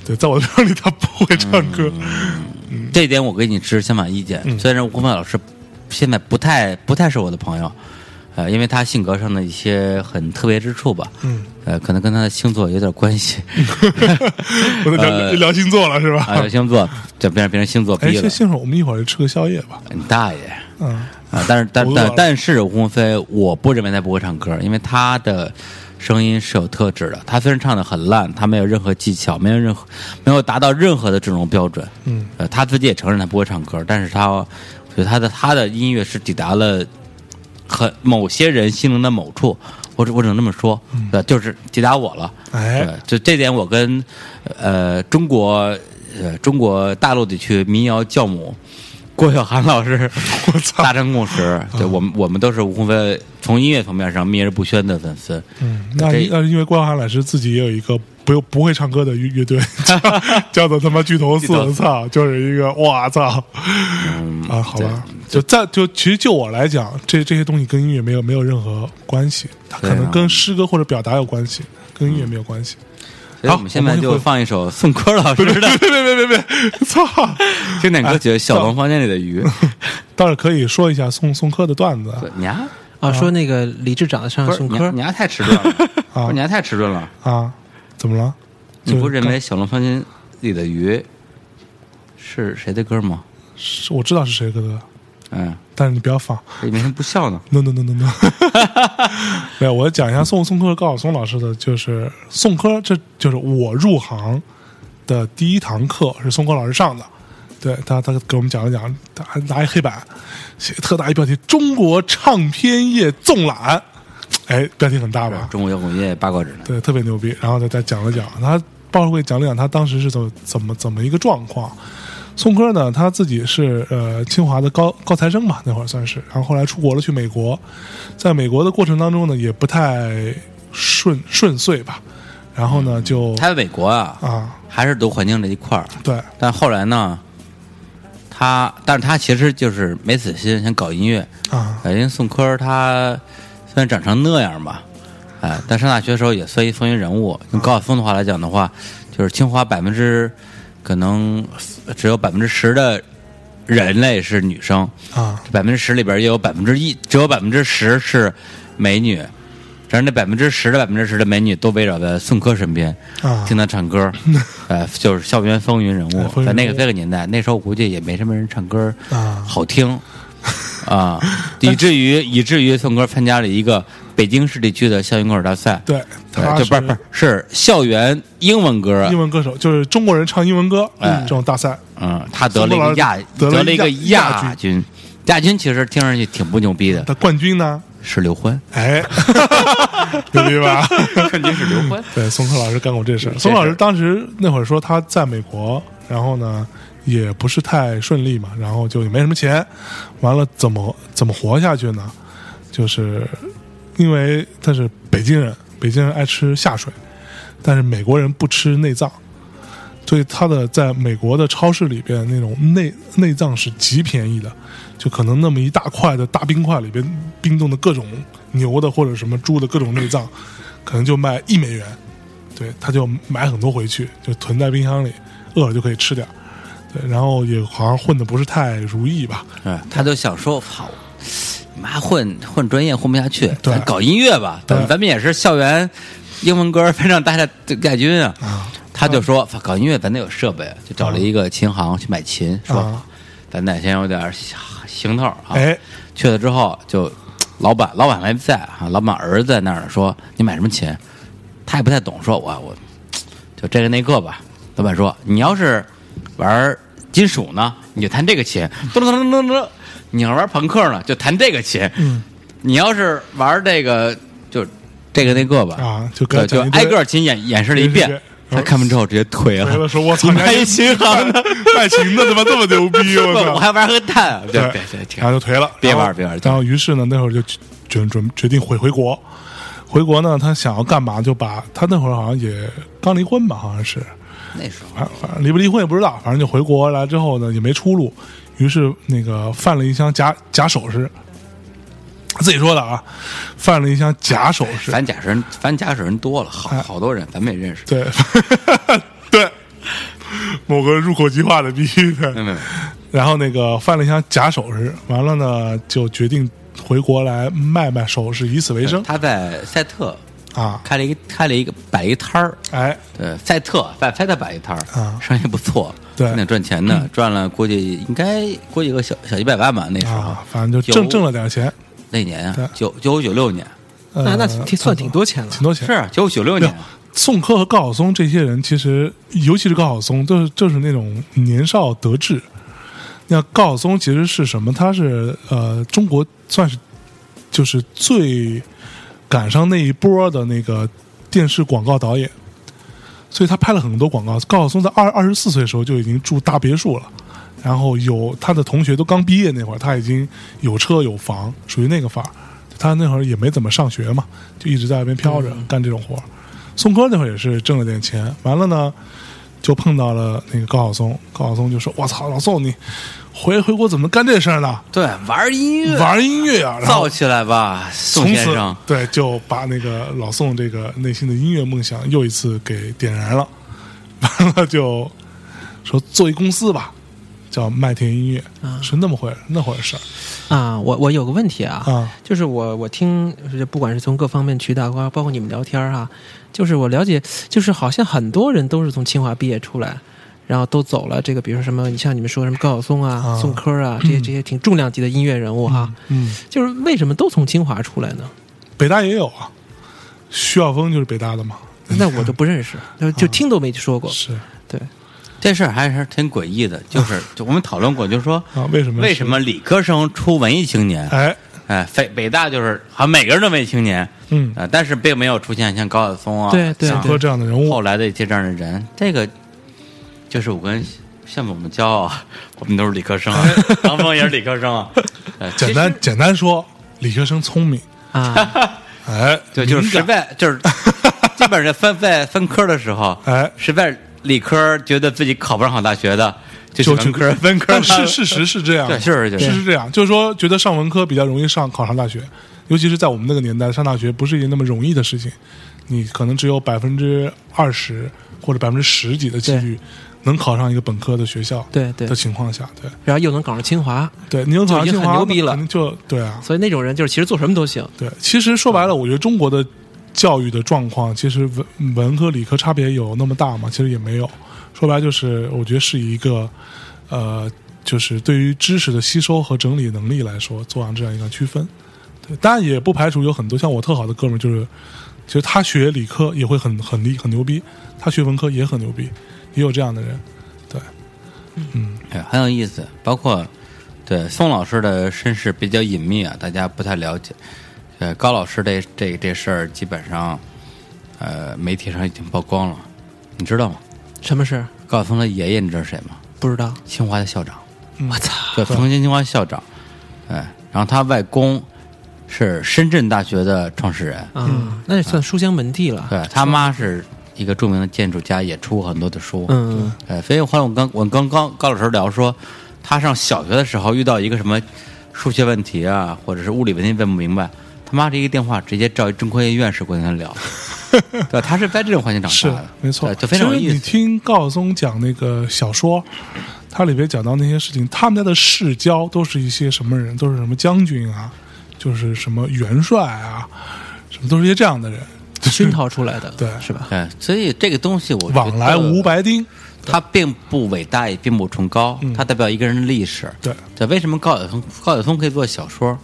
对，在我这里他不会唱歌，
嗯这一点我跟你持相反意见。
嗯
虽然郭帆老师现在不太不太是我的朋友，呃，因为他性格上的一些很特别之处吧，
嗯，
呃，可能跟他的星座有点关 系
我在聊、
呃
聊星座了是吧？
啊，有星座就变成变成星座
哎，
逼
这
了，
星手，我们一会儿就吃个宵夜吧。
你大爷！
嗯，
啊，但是但
我饿
但
了
但是吴鸿飞，我不认为他不会唱歌，因为他的声音是有特质的。他虽然唱的很烂，他没有任何技巧，没有任何没有达到任何的这种标准。
嗯，
呃，他自己也承认他不会唱歌，但是他我觉得他的他的音乐是抵达了很某些人心灵的某处。我只我只能这么说，呃，就是抵达我了。
哎
对，就这点我跟呃中国呃中国大陆地区民谣教母郭晓涵老师
我操啊
大战共识，对我们我们都是无非从音乐方面上秘而不宣的粉丝。
嗯，那
这
是那是因为郭晓涵老师自己也有一个不不会唱歌的乐乐队， 叫叫做他妈巨头四，
巨头
我操，就是一个哇操
嗯
啊，好吧，
对
就在就其实就我来讲，这这些东西跟音乐没有没有任何关系，它可
对
能
啊嗯
跟诗歌或者表达有关系，跟音乐没有关系。
所以
好
我们现在
我们
就
会
放一首宋柯老师的
别别别别别，操！
经典歌曲《小
到
龙房间里的 鱼》
倒是可以说一下宋宋柯的段子
对。你呀，
啊，说那个李志长得像
不是
宋
你
柯
呀，你呀太迟钝 了，不是你呀太迟钝了。
啊，怎么了？
你不
就是
认为《小龙房间里的鱼》是谁的歌吗？
是我知道是谁的歌，
嗯，
但是你不要放。
你为什么不笑呢？
no no no no no，没有，我讲一下宋宋柯高晓松老师的，就是宋柯，这就是我入行的第一堂课是宋柯老师上的，对他他给我们讲了讲，他还拿一黑板写特大一标题“中国唱片业纵览”，哎，标题很大吧？
中国摇滚乐八卦指南。
对，特别牛逼。然后再再讲了讲，他报社会讲了讲他当时是怎么怎么怎么一个状况。宋柯呢，他自己是呃清华的高高材生吧，那会儿算是，然后后来出国了，去美国，在美国的过程当中呢，也不太顺顺遂吧，然后呢就
他在美国啊，
啊
还是读环境这一块儿，
对
但后来呢，他但是他其实就是没死心，想搞音乐。
啊
呃因为宋柯他虽然长成那样吧，哎、但上大学的时候也算一风云人物。用高晓松的话来讲的话，就是清华百分之可能只有百分之十的人类是女生，
啊
百分之十里边也有百分之一，只有百分之十是美女。然后那百分之十的百分之十的美女都围绕在宋柯身边，
啊
听他 唱歌，呃，就是校园风云人
哎
物
风。云
在那个
人物
那个年代，那时候估计也没什么人唱歌
啊
好听啊，以至于以至于宋歌参加了一个北京市地区的校园歌手大赛，
对，
呃
他
就不是不是是校园英文歌
英，文歌手，就是中国人唱英文歌、
哎
这种大赛，
嗯，他得了一个亚
宋柯老师
了一个
亚
亚军，亚军其实听上去挺不牛逼的，
他冠军呢，
是刘欢，
哎， 牛逼吧？
肯定是刘欢，
对，宋柯老师干过这事儿。
这
宋柯老
事
师
儿
当时那会儿说他在美国，然后呢也不是太顺利嘛，然后就也没什么钱，完了怎么怎么活下去呢？就是因为他是北京人，北京人爱吃下水，但是美国人不吃内脏，所以他的在美国的超市里边那种内内脏是极便宜的，就可能那么一大块的大冰块里边冰冻的各种牛的或者什么猪的各种内脏，可能就卖一美元，对，他就买很多回去，就囤在冰箱里，饿了就可以吃点儿。对，然后也好像混的不是太如意吧，
哎他就想说，好，你妈混混专业混不下去，
对
咱搞音乐吧，咱
对
咱们也是校园英文歌非常大的亚军啊。
啊
他就说，搞音乐咱得有设备，啊就找了一个琴行去买琴，说
啊
咱得先有点行头啊。
哎，
去了之后就老板老板还在啊，老板儿子在那儿呢说你买什么琴？他也不太懂，说我我就这个那个吧。老板说你要是玩金属呢，你就弹这个琴，噔噔噔噔噔；你要玩朋克呢，就弹这个琴。
嗯
你要是玩这个就这个那个吧，
啊，就
对
跟
就挨个儿琴演演示了一
演示
遍
一遍。
他看完之后直接退
回
了
了，，说我操，
你还一琴 行呢，
卖琴的他妈这么牛逼，我
我
操！啊
还玩个蛋，啊对对对，挺
然后就颓了，
别玩
然后
别玩
然后于是呢，那会儿就决决准决定回回国，回国呢，他想要干嘛就把他那会儿好像也刚离婚吧，好像是，
那时候
反反正离不离婚也不知道，反正就回国来之后呢，也没出路，于是那个贩了一箱假假首饰，自己说的啊，贩了一箱假首饰，
反假手人，反假手人多了，好好多人，咱们也认识。
哎对 对，某个入口即化的必须的，
没有没有，没有
然后那个贩了一箱假首饰，完了呢就决定回国来卖卖首饰，以此为生
他在赛特
啊，
开了一个开了一个摆了一摊儿，
哎，
对，赛特在赛特摆一摊儿，
啊
生意不错，
对嗯
挺赚钱的，赚了估计应该估计有个小小一百万吧，那时候、
啊，反正就挣
有
挣了点钱，
那年
对
啊，九九五九六年
呃、
那那挺算挺多钱了
挺。多钱
是。啊九五九六
没
年
有，宋柯和高晓松这些人，其实尤其是高晓松，就是就是那种年少得志。那高晓松其实是什么？他是呃，中国算是就是最赶上那一波的那个电视广告导演，所以他拍了很多广告。高晓松在二二十四岁的时候就已经住大别墅了，然后有他的同学都刚毕业那会儿，他已经有车有房，属于那个范儿。他那会儿也没怎么上学嘛，就一直在外边飘着、
嗯
干这种活儿。宋柯那会儿也是挣了点钱，完了呢，就碰到了那个高晓松。高晓松就说：“我操，老宋，你回回国怎么干这事儿呢？
对，玩音乐，
玩音乐啊！”然后
造起来吧，宋
从
先
此
生。
对，就把那个老宋这个内心的音乐梦想又一次给点燃了。 完了就说做一公司吧，叫麦田音乐，
嗯
是那么回那回事儿
啊，我我有个问题啊，
啊
就是我我听，就是不管是从各方面渠道，包包括你们聊天儿哈、就是我了解，就是好像很多人都是从清华毕业出来，然后都走了这个，比如说什么，你像你们说什么高晓松啊、
啊
宋柯啊，这些这些挺重量级的音乐人物哈、
嗯，
就是为什么都从清华出来呢？
北大也有啊，徐晓峰就是北大的嘛，
嗯
那我就不认识，就就听都没说过。
是
对，
这事儿还是挺诡异的，就是就我们讨论过，就是说
啊，为什么？
为什？么理科生出文艺青年？
哎，
哎，北北大就是好像每个人都文艺青年，
嗯
啊，但是并没有出现像高晓松啊，
对对
像
说这样的人物
后来的这样的人，这个就是我跟像我们骄傲，啊我们都是理科 生啊，王峰也是理科生啊，呃
简单简单说，理科生聪明，
啊，
哎，
对，就是
敏
实
感
在 就是，基本上分在分科的时候，
哎
实在理科觉得自己考不上好大学的，就
就
去 文科，文科
但是事实是这样的，
对事实是这
是
样
是这样，就是说觉得上文科比较容易上考上大学，尤其是在我们那个年代，上大学不是一件那么容易的事情，你可能只有百分之二十或者百分之十几的几率能考上一个本科的学校，
对对
的情况下，对
然后又能搞上清华，
对，你能考上
就已经
清华
很牛逼
那
了
肯定就对啊，
所以那种人就是其实做什么都行。
对，其实说白了，我觉得中国的教育的状况，其实文文和理科差别有那么大吗？其实也没有。说白了就是，我觉得是一个，呃，就是对于知识的吸收和整理能力来说，做上这样一个区分。对，当然也不排除有很多像我特好的哥们儿，就是其实他学理科也会很很厉很牛逼，他学文科也很牛逼，也有这样的人。对，
哎很有意思。包括对宋老师的身世比较隐秘啊，大家不太了解。呃，高老师这这这事儿基本上，呃，媒体上已经曝光了，你知道吗？
什么事？
高晓松的爷爷你知道谁吗？
不知道。
清华的校长。
我操！
对，曾经清华校长，哎，然后他外公是深圳大学的创始人，
啊，那也算书香门第了。
对他妈是一个著名的建筑家，也出过很多的书，，
嗯，
哎，所以后来我跟我跟高高老师聊说，他上小学的时候遇到一个什么数学问题啊，或者是物理问题问不明白，他妈这一个电话直接找一中科院院士过去跟他聊，对，他是在这种环境长
是
大的，
没错
啊对，就非常有
其
意
实你
思，
听高晓松讲那个小说，他里边讲到那些事情，他们家的世交都是一些什么人？都是什么将军啊，就是什么元帅啊，什么都是一些这样的人。
熏陶出来的，
对
是吧？
对，所以这个东西我觉
往来
得
无白丁，
它并不伟大，也并不崇高，它代表一个人的历史。
对
对，为什么高晓松高晓松可以做小说？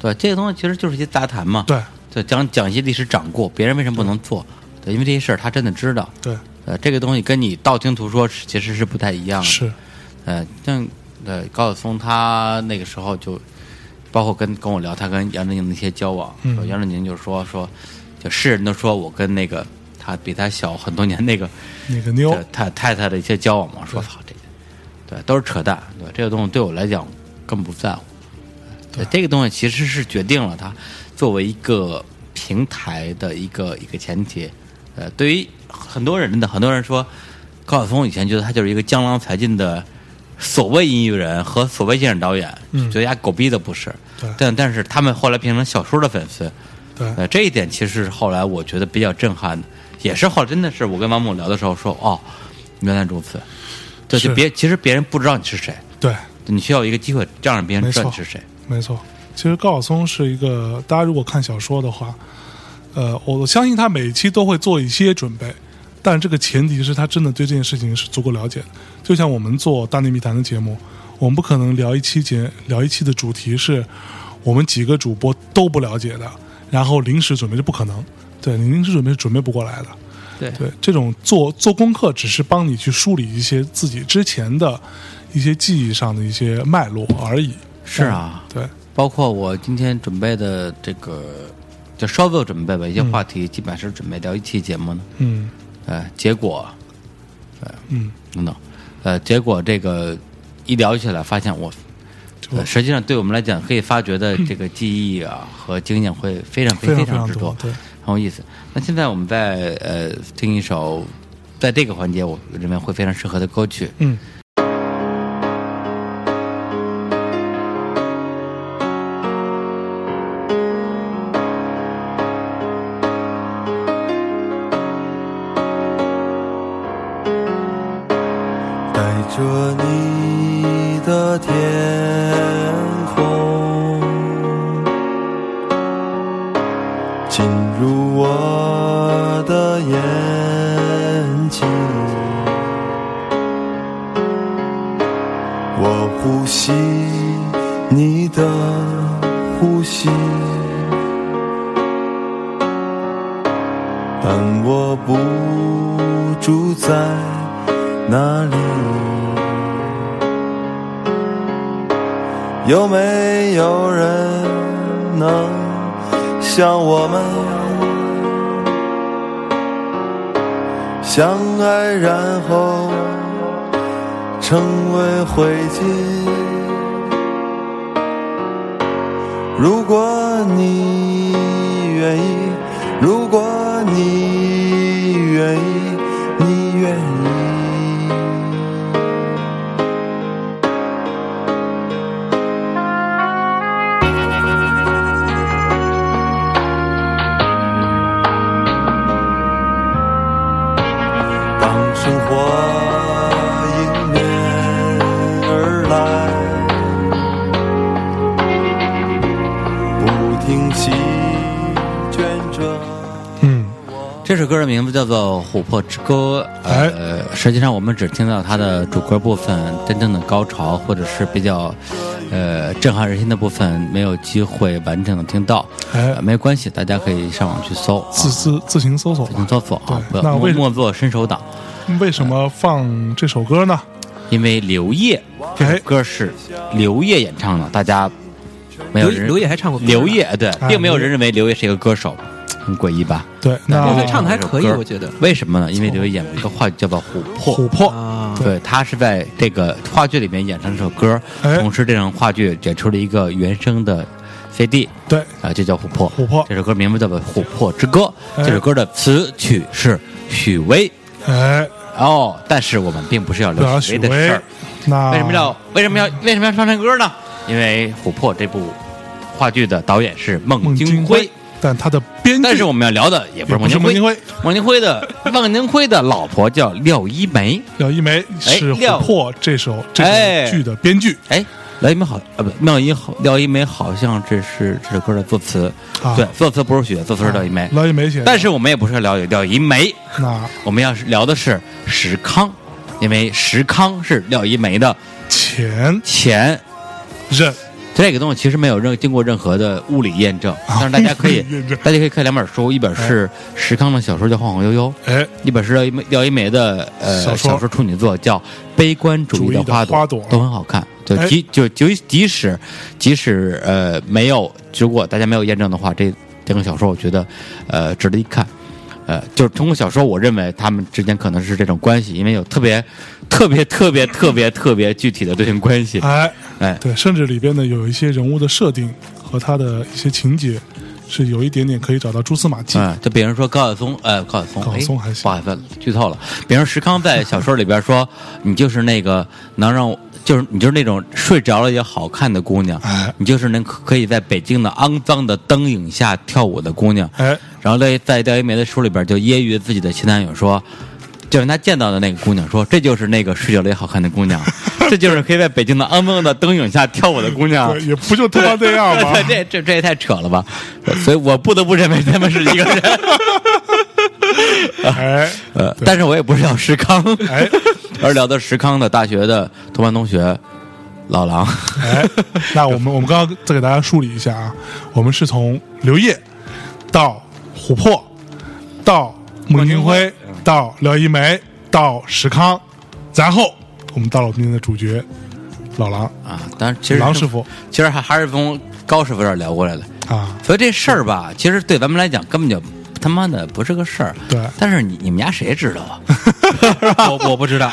对，这个东西其实就是一些杂谈嘛。
对
对，讲讲一些历史掌故，别人为什么不能做？对，因为这些事儿他真的知道。
对，
呃，这个东西跟你道听途说是其实是不太一样的。
是
呃，像呃高晓松他那个时候就，包括跟跟我聊他跟杨振宁的一些交往，
嗯
说杨振宁就说说，就是人都说我跟那个他比他小很多年那个
那个妞
这，太太太的一些交往嘛，说操这，对，都是扯淡，对吧？这个东西对我来讲根本不在乎。对，这个东西其实是决定了它作为一个平台的一个一个前提。呃，对于很多人的很多人说，高晓松以前觉得他就是一个江郎才尽的所谓音乐人和所谓电影导演，
嗯
觉得丫狗逼的不是
对。
但但是他们后来变成小说的粉丝，
对
呃，这一点其实是后来我觉得比较震撼的，也是后来真的是我跟王母聊的时候说，哦，原来如此，对，
是
就别其实别人不知道你是谁，
对，
你需要有一个机会让别人知道
没
你
错
是谁。
没错。其实高晓松是一个，大家如果看小说的话，呃，我相信他每一期都会做一些准备，但这个前提是他真的对这件事情是足够了解的。就像我们做《大内密谈》的节目，我们不可能聊一期节聊一期的主题是我们几个主播都不了解的，然后临时准备是不可能，对，你临时准备是准备不过来的。
对
对，这种做做功课只是帮你去梳理一些自己之前的一些记忆上的一些脉络而已。
是啊，
对，
包括我今天准备的这个，就稍微有准备吧，一些话题基本上是准备聊一期节目呢。
嗯
呃，结果，
嗯，
等等，呃，结果这个一聊起来，发现我，
哦
呃实际上对我们来讲，可以发掘的这个记忆啊和经验会非常
嗯非常
常
非
之
常多对
很有意思。那现在我们在呃听一首，在这个环节我认为会非常适合的歌曲，
嗯，
带着你的天空，进入我的眼睛，我呼吸你的呼吸。但我不住在哪里？有没有人能像我们，相爱然后成为灰烬？如果你愿意，如果你愿意，你愿意。当生活迎面而来，不停席卷着。
嗯，
这首歌的名字叫做《琥珀之歌》。
哎
呃，实际上我们只听到它的主歌部分，真正的高潮或者是比较呃震撼人心的部分，没有机会完整的听到。
哎
呃没关系，大家可以上网去搜啊，
自自自行搜索
自行
吧。
搜索啊，不
对
要
那
莫
为什
莫做伸手党，
为什么放这首歌呢？
因为刘烨这首
哎
歌是刘烨演唱的，大家没有
刘
人
刘烨还唱过歌呢
刘烨呃对，
哎
并没有
刘烨
人认为刘烨是一个歌手，很诡异吧？
对，
刘
那
烨唱的还可以，
这首歌
我觉得
为什么呢？因为刘烨演过一个话剧叫做《琥珀》，
琥珀，
啊，
对他是在这个话剧里面演唱这首歌，
哎
同时这场话剧也出了一个原声的 CD，
对，
啊、就叫《琥珀》。
琥珀
这首歌名字叫做《琥珀之歌》，
哎
这首歌的词曲是许巍。
哎，
哦，但是我们并不是要
不
聊
要啊
许
许
巍的事
巍啊
儿。，
那
为什么要为什么要为什么要唱这歌呢？因为《琥珀》这部话剧的导演是孟
孟
京
京
辉
辉，？但他的编
但是
剧
我们要聊的也不是孟
也
京
不
辉
是，孟京
孟京辉的 孟京辉的老婆叫廖一梅。
廖一梅是《
哎廖
琥珀》这首这
哎
首剧的编剧
哎，廖一梅好啊，不，廖一好，廖一梅好像这是这首歌的作词，
啊
对，作词不是许巍，作词是廖一梅。
廖一梅写的。
但是我们也不是要聊廖一梅，
那
我们要是聊的是石康，因为石康是廖一梅的
前
前
任
这个东西其实没有任经过任何的物理验证，但是大家可以
物理验证，
大家可以看两本书，一本是石康的小说叫《晃晃悠悠》，
哎，
一本是廖一梅廖一梅的呃
小说
小说处女作，叫《悲观主义的花
主义的花朵
都很好看。就
哎
即就就即使即使呃没有，如果大家没有验证的话，这这个小说我觉得呃值得一看。呃，就是通过小说，我认为他们之间可能是这种关系，因为有特别特别特别特别特别具体的对应关系。
哎
哎
对，甚至里边呢有一些人物的设定和他的一些情节是有一点点可以找到蛛丝马迹。
嗯，就比如说高晓松，呃，高晓松，
高晓松
哎
还行
不好意思，剧透了。比如石康在小说里边说，你就是那个能让我，就是你就是那种睡着了也好看的姑娘
哎，
你就是能可以在北京的肮脏的灯影下跳舞的姑娘。
哎，
然后在在廖一梅的书里边就揶揄自己的前男友说，就是他见到的那个姑娘说，这就是那个睡觉了也好看的姑 娘，这就是可以在北京的肮脏的灯影下跳舞的姑娘。
对也不就他妈这样吧。
这这这也太扯了吧！ 所以我不得不认为他们是一个人。
哎，
呃，但是我也不是聊石康，
哎，
而聊的石康的大学的同班同学老狼，
哎，那我们我们刚刚再给大家梳理一下啊，我们是从刘烨到琥珀，到孟京辉，
嗯
到廖一梅，到石康，然后我们到了我们今天的主角老狼
啊，当然其实
狼师傅
其实还还是从高师傅这儿聊过来的。
啊，
所以这事儿吧，其实对咱们来讲根本就他妈的不是个事儿。
对
但是你你们家谁知道啊？
我我不知道，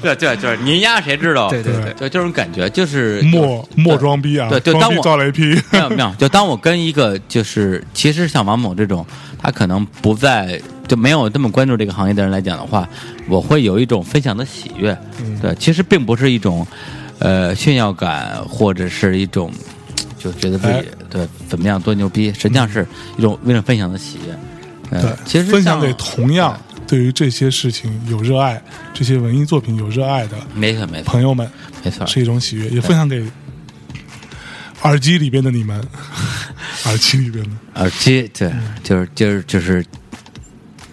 对对，就是您家谁知道？
对对对
就这种感觉，就是
莫莫装逼啊，
对对
装
当
逼
我
造雷劈，
没有没有， 就当我跟一个就是，其实像王某这种，他可能不在就没有这么关注这个行业的人来讲的话，我会有一种分享的喜悦。
嗯
对，其实并不是一种呃炫耀感，或者是一种就觉得自己、
哎
对怎么样多牛逼，实际上是一种为了分享的喜悦。呃
对，
其实
分享
像嗯
给同样对于这些事情有热爱、这些文艺作品有热爱的
没错没错
朋友们，
没错，
是一种喜悦，也分享给耳机里边的你 们，耳机里边的。
耳机，对，
嗯
就是就是就是，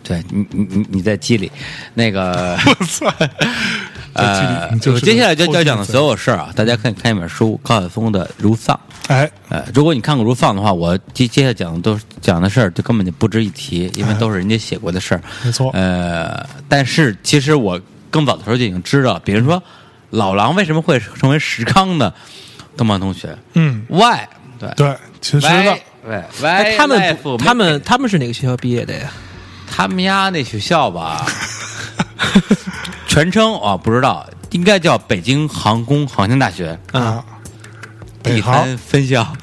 对你你你你在机里，那个
我操！
呃，
你就是
我接下来就要讲的所
有，
有事儿啊，大家看看一本书，高晓松的《如丧》。
哎，
呃，如果你看过《如丧》的话，我接接下来讲的都是讲的事儿就根本就不值一提，因为都是人家写过的事儿。
哎没错
呃，但是其实我更早的时候就已经知道，比如说老狼为什么会成为石康的东方同学
嗯，
？Why？对，
对， 其实呢，
喂
哎
喂，
他们
Why
不
life
他们他们是哪个学校毕业的呀？
他们家那学校吧，全称啊、不知道，应该叫北京航空航天大学
啊，
嗯
北
第
航
三分校，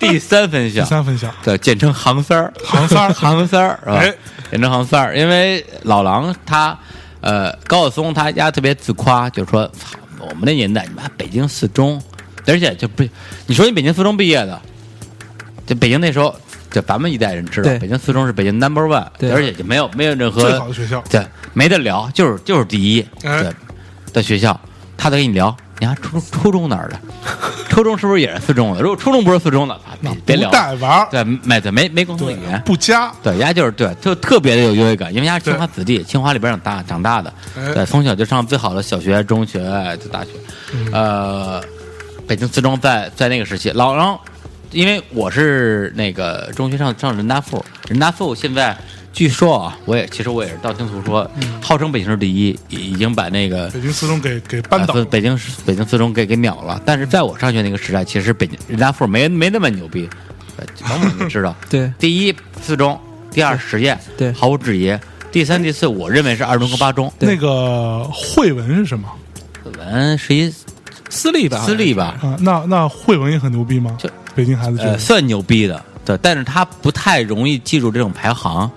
第三分校
第，三分享，
对，简称航三儿，
航三 儿
航三儿是吧？
哎
简称航三儿，因为老狼他呃高晓松他家特别自夸，就是说操我们那年代你妈北京四中，而且就不你说你北京四中毕业的，就北京那时候。就咱们一代人知道
对，
北京四中是北京 number one，
对。
而且就没有没有任何
最好的学校
对，没得聊，就是就是第一，
哎
对的学校，他得跟你聊，你还初初中哪儿的？初中是不是也是四中的？如果初中不是四中的，啊别别聊
不
了，
带玩儿，
对，没对没没共同语
对
言，，
不加，
对，人家就是对，就特别的有优越感，因为人家是清华子弟，清华里边长大长大的，
哎
对，从小就上最好的小学、中学、哎就大学，
嗯
呃，北京四中在在那个时期，老然后因为我是那个中学上上人大附，人大附现在据说啊，我也其实我也是道听途说，
嗯
号称北京市第一，已已经把那个
北京四中给给扳倒
呃，北京市北京四中给给秒了。但是在我上学那个时代，其实北京人大附没没那么牛逼，呃王猛就 知道
对
第一四中，第二实验，
对
毫无质疑。第三、第四，我认为是二中跟八中。
那个慧文是什么
子文是一
私立吧，
私立吧，
啊？那那慧文也很牛逼吗
就？
北京孩子觉
呃，
得
算牛逼的，对，但是他不太容易记住这种排行，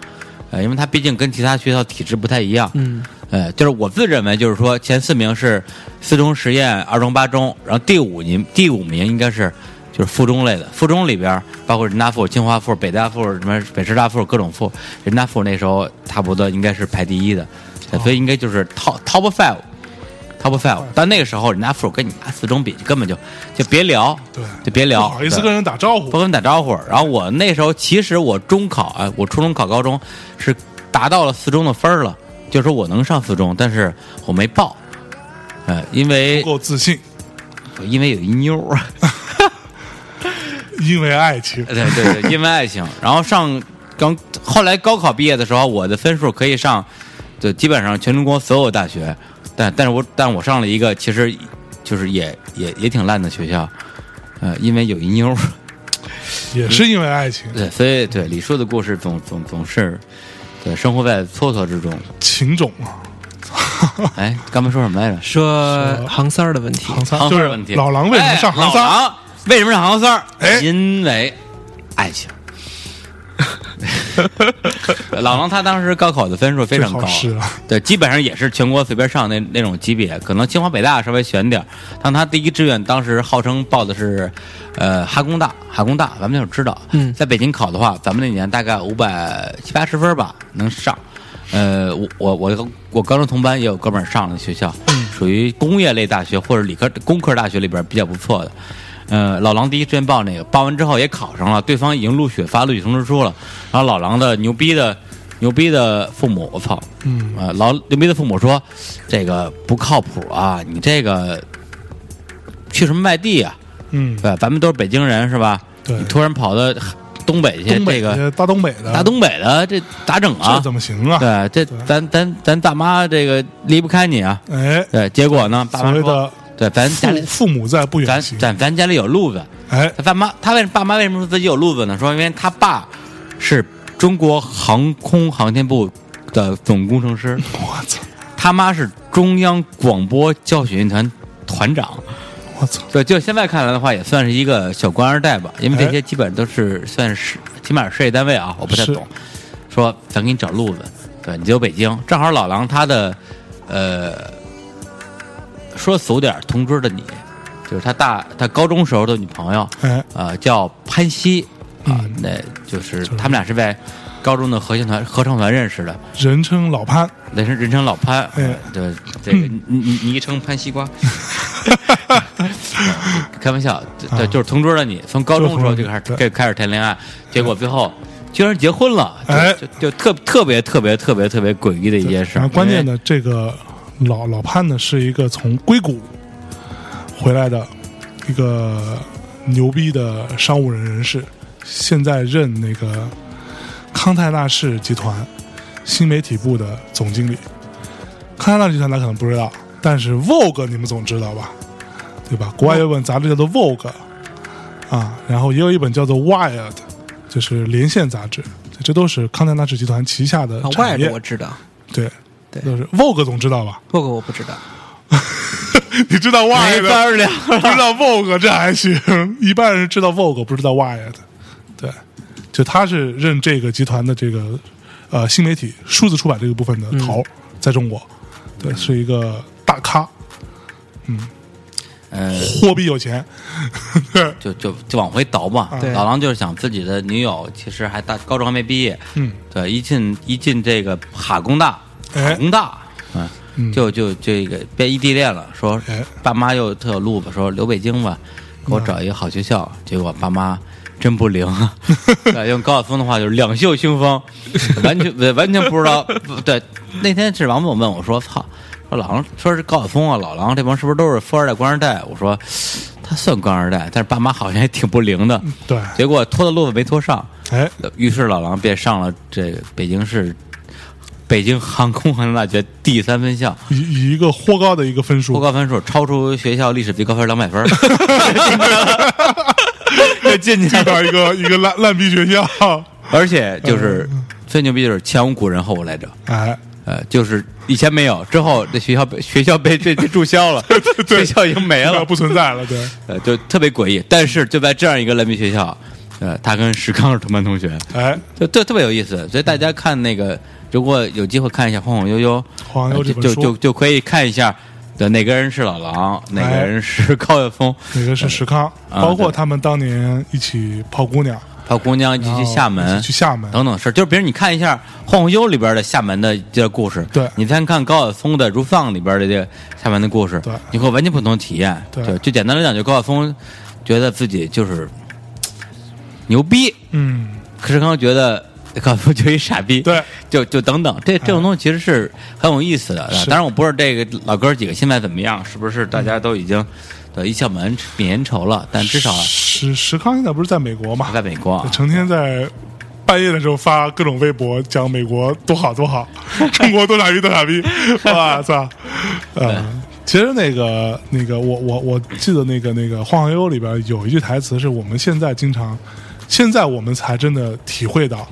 呃，因为他毕竟跟其他学校体制不太一样，
嗯，
呃，就是我自认为就是说前四名是四中实验、二中、八中，然后第五名第五名应该是就是附中类的，附中里边儿包括人大附、清华附、北大附、什么北师大附、各种附，人大附那时候差不多应该是排第一的，对所以应该就是 top top five。Top
啊
five，但那个时候人家附跟你拿四中比，根本就就别聊，
对
就别
不
聊，
好意思
对
跟人打招
不
呼
跟，我们打招呼。然后我那时候其实我中考啊，我初中考高中是达到了四中的分儿了，就是说我能上四中，但是我没报，呃，因
不
为
够自信，
因为有一妞儿，
因为爱情
对对对，因为爱情。然后上刚后来高考毕业的时候，我的分数可以上，就基本上全中国所有大学，但但是我但我上了一个其实就是也也也挺烂的学校，呃，因为有一妞儿。
也是因为爱情，
对，所以对李叔的故事总总总是，对生活在蹉跎之中。
情种啊，
哎，刚才说什么来着？
说航三儿的问题，
行三
行
就是
三儿问题，
老狼为什么上行
哎
三？
老狼为什么上行三儿？
哎
因为 爱情。老狼他当时高考的分数非常
这
高
好事啊，
对，基本上也是全国随便上那那种级别，可能清华北大稍微悬点儿但他第一志愿当时号称报的是，呃，哈工大，哈工大，咱们那会儿知道，
嗯
在北京考的话，咱们那年大概五百七八十分吧，能上。呃，我我我我高中同班也有哥们儿上了学校，属于工业类大学或者理科工科大学里边儿比较不错的。呃，老狼第一志愿报那个，报完之后也考上了，对方已经录取发录取通知书了。然后老狼的牛逼的牛逼的父母，我操，
嗯
啊，老牛逼的父母说，这个不靠谱啊，你这个去什么外地啊？
嗯，
对吧，咱们都是北京人是吧？
对
你突然跑到东北去，
东北
这个
的大东北的
大东北的这咋整啊
这？怎么行啊？
对，这
对
咱咱咱大妈这个离不开你啊。
哎，
对，结果呢，爸
所
妈
谓
说，
的
对，咱家里
父父母在不
咱
远行，
咱咱家里有路子。
哎，
他爸妈，他为爸妈为什么说自己有路子呢？说因为他爸是中国航空航天部的总工程师，
我操，
他妈是中央广播教学院团团长。
我操，
对，就现在看来的话，也算是一个小官二代吧，因
哎
为这些基本都是算是起码是事业单位啊，我不太
是
懂。说咱给你找路子，对，你就北京，正好老狼他的，呃，说俗点儿，同桌的你，就是他大他高中时候的女朋友，
哎，
呃，叫潘西啊、
嗯
那就是他们俩是在高中的合唱团合唱团认识的，
人称老潘，
人称人称老潘，呃
嗯
对，这个你你昵称潘 西瓜，开玩笑，
啊
对，就是同桌的你，从高中的时候就开始
对
开开始谈恋爱，结果最后居然结婚了，就
哎
就就特特别特别特别特别诡异的一件事
然
儿
后。关键
因为
呢，这个老老潘呢是一个从硅谷回来的一个牛逼的商务人人士，现在任那个康泰纳仕集团新媒体部的总经理。康泰纳仕集团大家可能不知道，但是 Vogue 你们总知道吧？对吧？国外有一本杂志叫做 Vogue 啊，然后也有一本叫做 Wired，就是连线杂志，这都是康泰纳仕集团旗下的
啊，外
产业。
边我知道，
对，
对
都是 Vogue 总知道吧？
不过我不知道。
你知道
没
Why
法
的，
儿聊，
不 知道 Vogue 这还行，一半人知道 Vogue，不知道 Why 的。对，就他是任这个集团的这个呃新媒体数字出版这个部分的
嗯
头，在中国，对，是一个大咖，
嗯，
货币有钱，对，
就就就往回倒吧。
对
老狼就是想自己的女友其实还大高中还没毕业，
嗯，
对，一进一进这个哈工大，
哎
哈工大，嗯，就就这个变异地恋了，说
哎
爸妈又特有路子，说留北京吧，给我找一个好学校。结果爸妈真不灵，对，用高晓松的话就是两袖清风，完全对完全不知道。不对，那天是王总问我说：“操，说老狼说是高晓松啊，老狼这帮是不是都是富二代、官二代？”我说他算官二代，但是爸妈好像也挺不灵的。
对，
结果拖的路子没拖上，
哎，
于是呃老狼便上了这个北京市北京航空航天大学第三分校，
以以一个豁高的一个分
过
数，
高分数超出学校历史最高分两百分 儿，就进去
代
了。
表一个一个烂烂逼学校，
而且就是最牛逼就是前无古人后无来者，
哎，
呃，就是以前没有，之后这学校被学校被这这注销了， 学校已经没了，
不存在了，对，
呃，就特别诡异。但是就在这样一个烂逼学校，呃，他跟石康是同班同学，
哎，
就特特别有意思。所以大家
嗯
看那个，如果有机会看一下《晃晃悠悠》，
晃悠
呃
这
就
本
就
书
就就可以看一下，对，哪个人是老狼，哪个
哎
人是高晓松，
哪个是石康，
啊
包括
对
他们当年一起泡姑娘。
他姑娘一起去
然
厦
后
门，
哦一起去厦门
等等事儿就是比如你看一下《晃晃悠》里边的厦门的这个故事，
对
你再看高晓松的《如放》里边的这个厦门的故事，
对
你会有完全不同的体验。
对
就简单来讲，就高晓松觉得自己就是嘖牛逼，
嗯，
可是刚刚觉得高晓松就一傻逼，
对，嗯
就就等等，这这种东西其实是很有意思的。啊
是
当然，我不知道这个老哥几个现在怎么样，是不是大家都已
嗯
经对一笑泯恩泯恩仇了？但至少
石石康现在不是在美国嘛
在，美国啊，
成天在半夜的时候发各种微博，讲美国多好多 好，中国多傻逼多傻逼，哇操！呃，其实那个那个，我我我记得那个那个《晃晃悠悠》里边有一句台词，是我们现在经常，现在我们才真的体会到，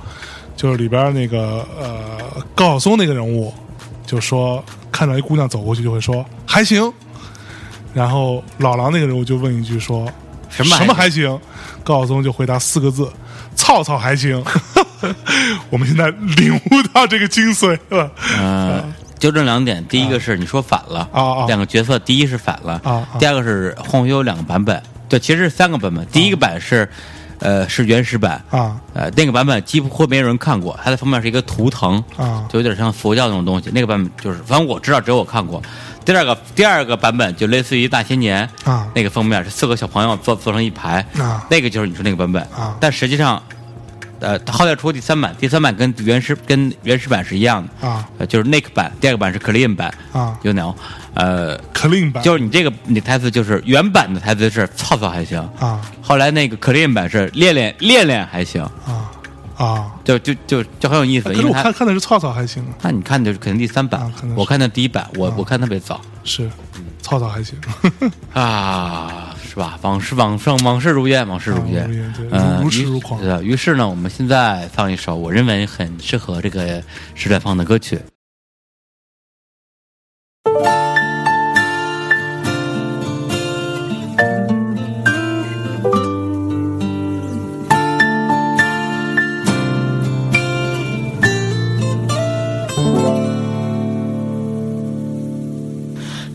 就是里边那个呃高晓松那个人物，就说看到一姑娘走过去就会说还行，然后老狼那个人物就问一句说
什么
什么
还
还行？高晓松就回答四个字：操操还 行。我们现在领悟到这个精髓了。
嗯，纠正两点，第一个是你说反了，
啊啊
两个角色，第一是反了，
啊啊
第二个是晃悠有两个版本，对，其实是三个版本，第一个版是，呃，是原始版
啊，
呃，那个版本几乎没有人看过，它的封面是一个图腾
啊
就有点像佛教那种东西，那个版本就是，反正我知道，只有我看过。第二个第二个版本就类似于大千年
啊
那个封面是四个小朋友坐坐成一排
啊
那个就是你说那个版本
啊
但实际上呃，后来出第三版，第三版跟原始跟原始版是一样的
啊
呃就是 Nick 版，第二个版是 Clean 版
啊
，You know，呃，
clean 版
就是你这个你台词就是原版的台词是操操还行
啊，
后来那个 Clean 版是练练练练还行，
啊啊！
就就就就很有意思，
可
因
是
为
我
它
看看的是操操还行，
那你看的就是肯定第三版，
啊可能是啊
我看的第一版，我、我看特别早
是
嗯
操操还行。
啊，是吧？往事往上往事如烟，往事如
啊
烟
如烟对，
嗯
如如痴
于
如狂
对的于是呢，我们现在放一首我认为很适合这个时段放的歌曲。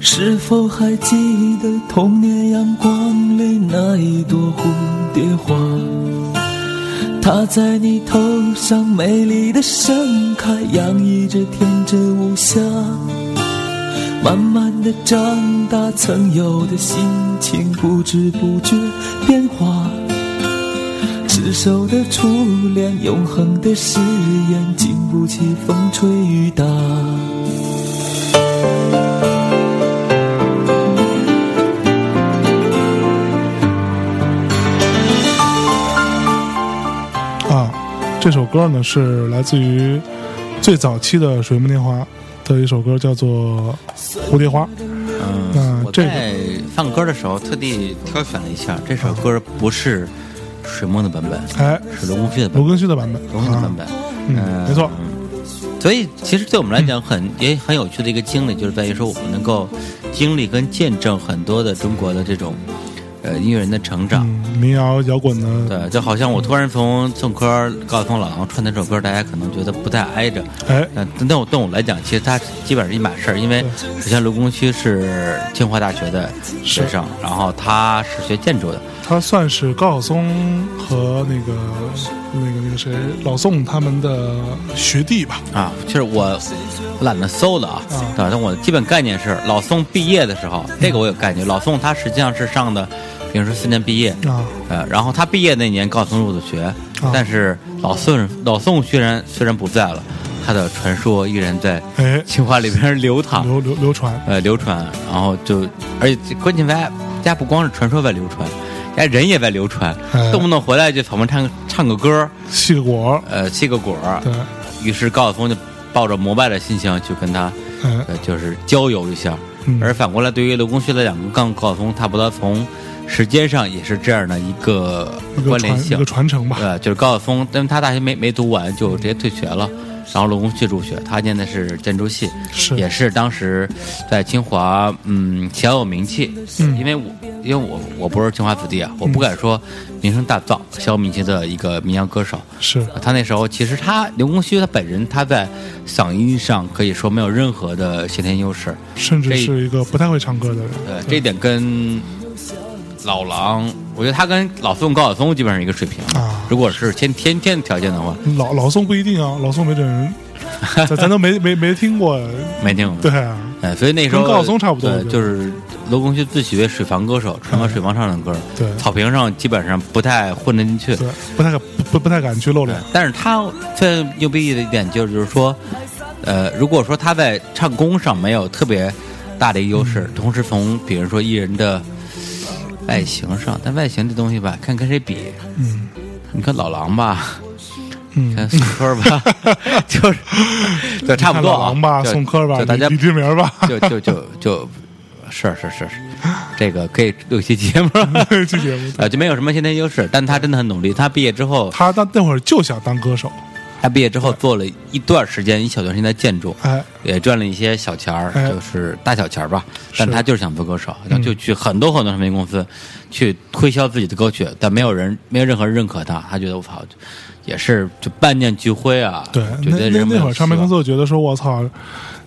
是否还记得童年阳光里那一朵蝴蝶花？它在你头上美丽的盛开，洋溢着天真无瑕。慢慢的长大，曾有的心情不知不觉变化。执手的初恋，永恒的誓言，经不起风吹雨打。
啊，这首歌呢是来自于最早期的水木年华的一首歌，叫做《蝴蝶花》。
嗯
那，
我
这个
在放歌的时候特地挑选了一下，这
啊
首歌不是水墨的版本，
哎，
是罗功旭的版
罗
本，
根旭的版本，
罗功旭的
啊
版本。呃
嗯，没错，
所以，其实对我们来
嗯
讲很，也很有趣的一个经历，就是在于说我们能够经历跟见证很多的中国的这种呃音乐人的成长。
嗯，民谣摇滚的，
对，就好像我突然从宋柯、高晓松、老狼串那首歌，大家可能觉得不太挨着。
哎，
但但对我对我来讲，其实它基本上是一码事儿，因为
嗯
首先卢功勋是清华大学的学生，然后他是学建筑的，
他算是高晓松和那个那个那个谁老宋他们的学弟吧？
啊，其实我懒得搜了啊，
啊
对吧但我的基本概念是，老宋毕业的时候，这个我有概念。老宋他实际上是上的，比如说四年毕业，
啊
呃，然后他毕业那年高晓松入的学，但是老宋老宋虽然虽然不在了，他的传说依然在
哎
清华里边流淌，
流流流传
呃，流传，然后就而且关键外家不光是传说在流传，
嗯
家人也在流传
哎，
动不动回来就草莓唱唱个歌，
细个果儿，
呃，吸个果儿，
对，
于是高晓松就抱着膜拜的心情去跟他，
哎
呃，就是交流一下。
嗯
而反过来，对于刘功勋来讲，跟高晓松差不多，从时间上也是这样的一个
一个
关联
传一
性
个。传承吧。
呃，就是高晓松，因为他大学没没读完就直接退学了，然后罗功旭入学，他念的是建筑系，
是
也是当时在清华嗯小有名气，
嗯
因为我因为我我不是清华子弟啊，我不敢说名声大噪，小有名气的一个民谣歌手。
是
他那时候其实他刘功旭他本人他在嗓音上可以说没有任何的先天优势，
甚至
这
是一个不太会唱歌的人。
呃，这一点跟老狼，我觉得他跟老宋、高晓松基本上一个水平
啊
如果是先天天条件的话，
老老宋不一定啊，老宋没准人， 咱咱都没没没听过。
没听过。
对啊，
呃，所以那时候
跟高晓松差不多
对
我觉得
就是罗功旭自诩水房歌手，唱歌水房唱的歌，
对
草坪上基本上不太混得进去。
对，不太敢不不不太敢去露脸。
但是他最牛逼的一点就是，就是说，呃，如果说他在唱功上没有特别大的一个优
嗯
势，同时从比如说艺人的外形上，但外形这东西吧，看跟谁比，
嗯
你看老狼吧，
嗯
看，宋柯 吧，就是就差不
你看
多
老
啊，
王吧，
就
宋柯吧，
就大家
李李志明吧，
就就就就，是是是是，这个可以录一期节目 了。啊
这节目。
呃，就没有什么先天优势，但他真的很努力。他毕业之后，
他那那会儿就想当歌手，
他毕业之后做了一段时间，一小段时间的建筑，
哎，
也赚了一些小钱儿，
哎
就是大小钱儿吧。
是嗯
但他就是想做歌手，然后就去很多很多唱片公司去推销自己的歌曲，但没有人，没有任何人认可他。他觉得我操，也是就万念俱灰啊。
对，
觉
那
得
那
人没
那
有
会儿唱片公
希
司，我觉得说，我操，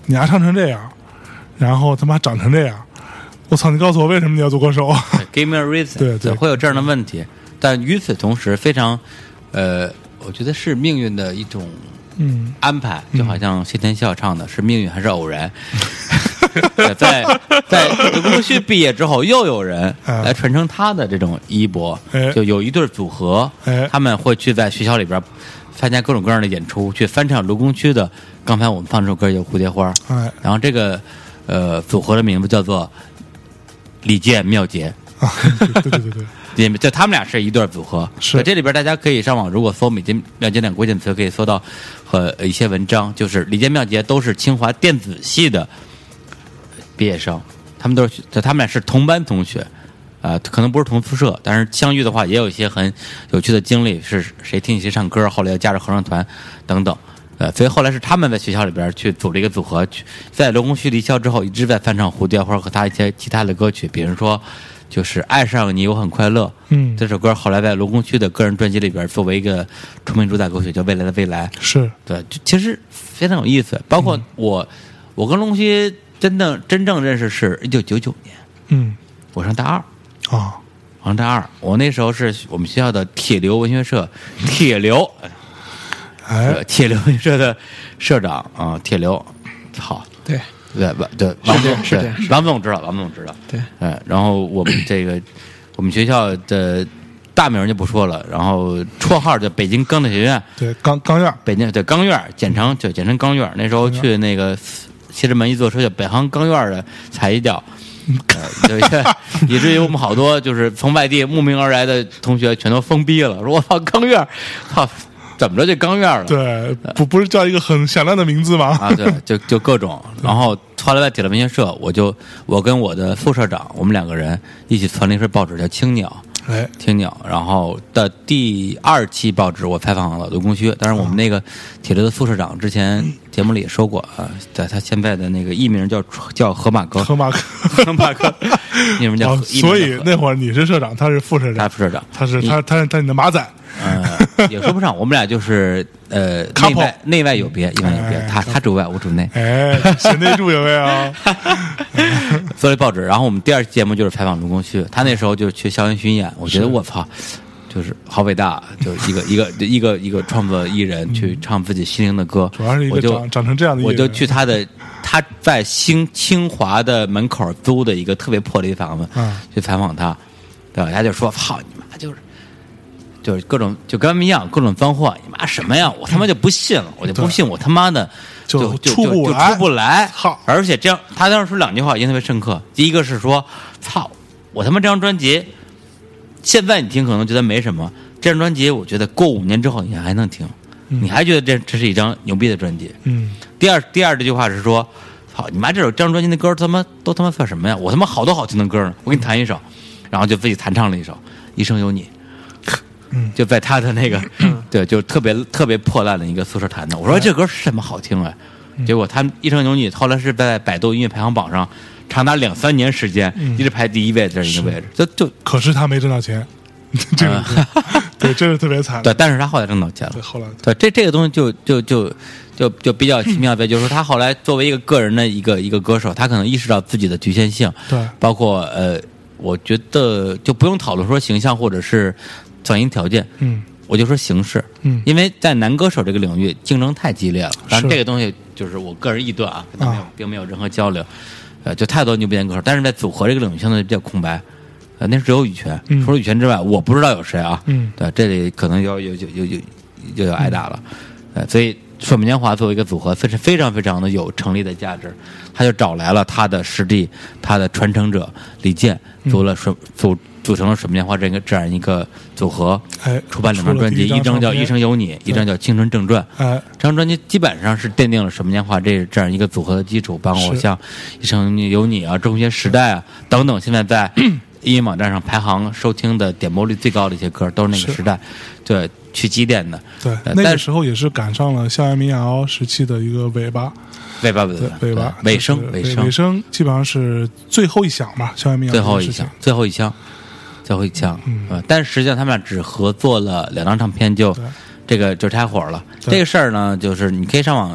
你还唱成这样，然后他妈长成这样，我操，你告诉我为什么你要做歌手？
望对 give me a reason，
对对
会有这样的问题。但与此同时，非常，呃，我觉得是命运的一种
嗯，
安排，就好像谢天笑唱的是命运还是偶然。 在在陆续毕业之后，又有人
啊
来传承他的这种衣钵
哎，
就有一对组合
哎，
他们会去在学校里边参加各种各样的演出，去翻唱卢沟区的。刚才我们放这首歌有《蝴蝶花》，
哎，
然后这个呃组合的名字叫做李健妙杰。
啊，对对对对，
也就他们俩是一对儿组合。
是
在这里边大家可以上网，如果搜“米金妙杰”两个关键词，可以搜到和一些文章，就是李健、妙杰都是清华电子系的毕业生，他们都是就他们俩是同班同学。啊、可能不是同宿舍，但是相遇的话，也有一些很有趣的经历，是谁听你去唱歌，后来又加入合唱团等等，呃，所以后来是他们在学校里边去组了一个组合，去在罗空虚离校之后，一直在翻唱蝴蝶花和他一些其他的歌曲，比如说就是《爱上你我很快乐》，
嗯
这首歌后来在罗空虚的个人专辑里边作为一个出名主打歌曲叫《未来的未来》，
是，
对，就其实非常有意思。包
嗯
括我，我跟龙须真的真正认识是一九九九年，
嗯，
我上大二，
啊，
我上大二，我那时候是我们学校的铁流文学社，铁流，
哎
呃，铁流文学社的社长啊、铁流，好，
对，
对吧？对，王
这
总
样是这
对
样是
王总知道，王总知道。
对，
哎，然后我们这个我们学校的大名就不说了，然后绰号叫北京钢铁学院，
对，刚刚样，
北京对钢院儿，简称就简称钢院儿。那时候去那个西直门一坐车，叫北航钢院儿的踩一 脚。呃，对，以至于我们好多就是从外地慕名而来的同学全都疯逼了，说我操钢院儿，操怎么着就钢院儿了？
对，不不是叫一个很响亮的名字吗？
呃啊，对，就就各种。然后后来在铁路文学社，我就我跟我的副社长，我们两个人一起传了一份报纸叫《青鸟》。
哎，
青鸟，然后的第二期报纸，我采访了卢功勋。当然，我们那个铁路的副社长之前节目里也说过啊，在他现在的那个艺名叫叫河马哥，
河马克，
河马哥， 艺名叫
啊，
河，艺名叫
所以
河
那会儿你是社长，他是副社
他
长
副，社长，
他是
你
他他是他是你的马仔，
呃，也说不上，我们俩就是呃
Couple
内外内外有别，内外有别，
哎
他他主外，我主内。
哎，贤内助有没有？
做了一报纸，然后我们第二期节目就是采访卢功旭，他那时候就去校园巡演，我觉得我操，就是好伟大，就是一个 一个一个一个创作艺人去唱自己心灵的歌，
主要是一
我
个
就
长长成这样的艺人，
我就去他的他在清清华的门口租的一个特别破的一房子，
嗯
去采访他，对吧？他就说：“操你妈，就是就是各种就跟他们一样，各种脏话，你妈什么呀？我他妈就不信了，我就不信，我他妈的
就
就就
出不
就就
来
出不来
操。
而且这样，他当时说两句话印象特别深刻，第一个是说：操，我他妈这张专辑，现在你听可能觉得没什么，这张专辑我觉得过五年之后你还能听。”你还觉得这这是一张牛逼的专辑？
嗯，
第二第二这句话是说，操你妈这首这张专辑的歌他妈都他妈算什么呀？我他妈好多好听的歌呢，我给你弹一首，然后就自己弹唱了一首《一生有你》，就在他的那个对，就特别特别破烂的一个宿舍弹的。我说这歌是什么好听啊？结果他《一生有你》后来是在百度音乐排行榜上长达两三年时间一直排第一位这一个位置，就就
可是他没挣到钱， 这个对，这是特别惨。
啊对，但是他后来挣到钱了
对，。后来
对，这这个东西就就就就就比较奇妙呗，就是说他后来作为一个个人的一个一个歌手，他可能意识到自己的局限性，
对
包括呃，我觉得就不用讨论说形象或者是嗓音条件，
嗯，
我就说形式，
嗯
因为在男歌手这个领域竞争太激烈了，但
是
是这个东西就是我个人臆断啊，跟他没有
啊
并没有任何交流，呃，就太多牛逼男歌手，但是在组合这个领域相对比较空白。呃，那只有羽泉，
嗯
除了羽泉之外，我不知道有谁啊。
嗯
对，这里可能要有有有有又要挨打了，呃，所以水木年华作为一个组合，非常非常非常的有成立的价值，他就找来了他的师弟，他的传承者李健，组了水组组成了水木年华这个这样一个组合，
哎
出版两张专辑，
出了第一张
一张叫
唱
《
片
一生有你》，一张叫《青春正传》。
哎
这张专辑基本上是奠定了什么年华这这样一个组合的基础，包括
是
像《一生有你》啊、《中学时代》啊等等，现在在音乐网站上排行收听的点播率最高的一些歌，都是那个
是
时代，对，去积淀的。
对
呃，
那
但
个
是
时候也是赶上了校园民谣时期的一个尾巴，
尾巴尾
对
巴
尾巴
呃尾
就是
声
尾
尾声
尾声基本上是最后一响吧，校园民谣
最后
这
一
个事情
枪，最后一枪，最后一枪，呃，但是实际上他们俩只合作了两张唱片就
嗯对
这个就拆伙了。
对
这个事儿呢，就是你可以上网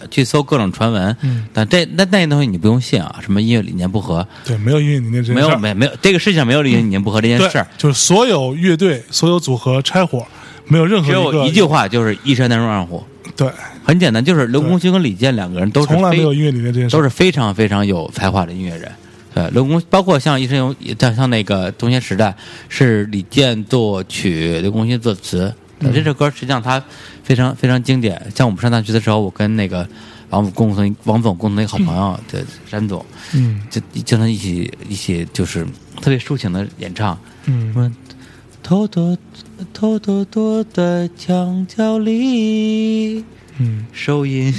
呃去搜各种传闻，
嗯
但这那那些东西你不用信啊，什么音乐理念不合，
对，嗯没有音乐理念这件
没
事
有
儿
没没有这个世界上没有音乐理念不合这件
对
事儿，，
就是所有乐队、所有组合拆伙，没有任何
只有
个
一句话就是一山难容二虎，
对，
很简单，就是刘功勋跟李健两个人都是
从来
非
没有音乐理念这件事儿，
都是非常非常有才华的音乐人。对，刘公包括像一生有像像那个《中学时代》，是李健作曲，刘功勋作词。
嗯
对这首歌实际上它非常非常经典。像我们上大学的时候，我跟那个王总共同王总共同一个好朋 友，对山总，
嗯
就经常一起一起就是特别抒情的演唱。
嗯
我们偷偷偷偷躲在墙角里
嗯，
收音。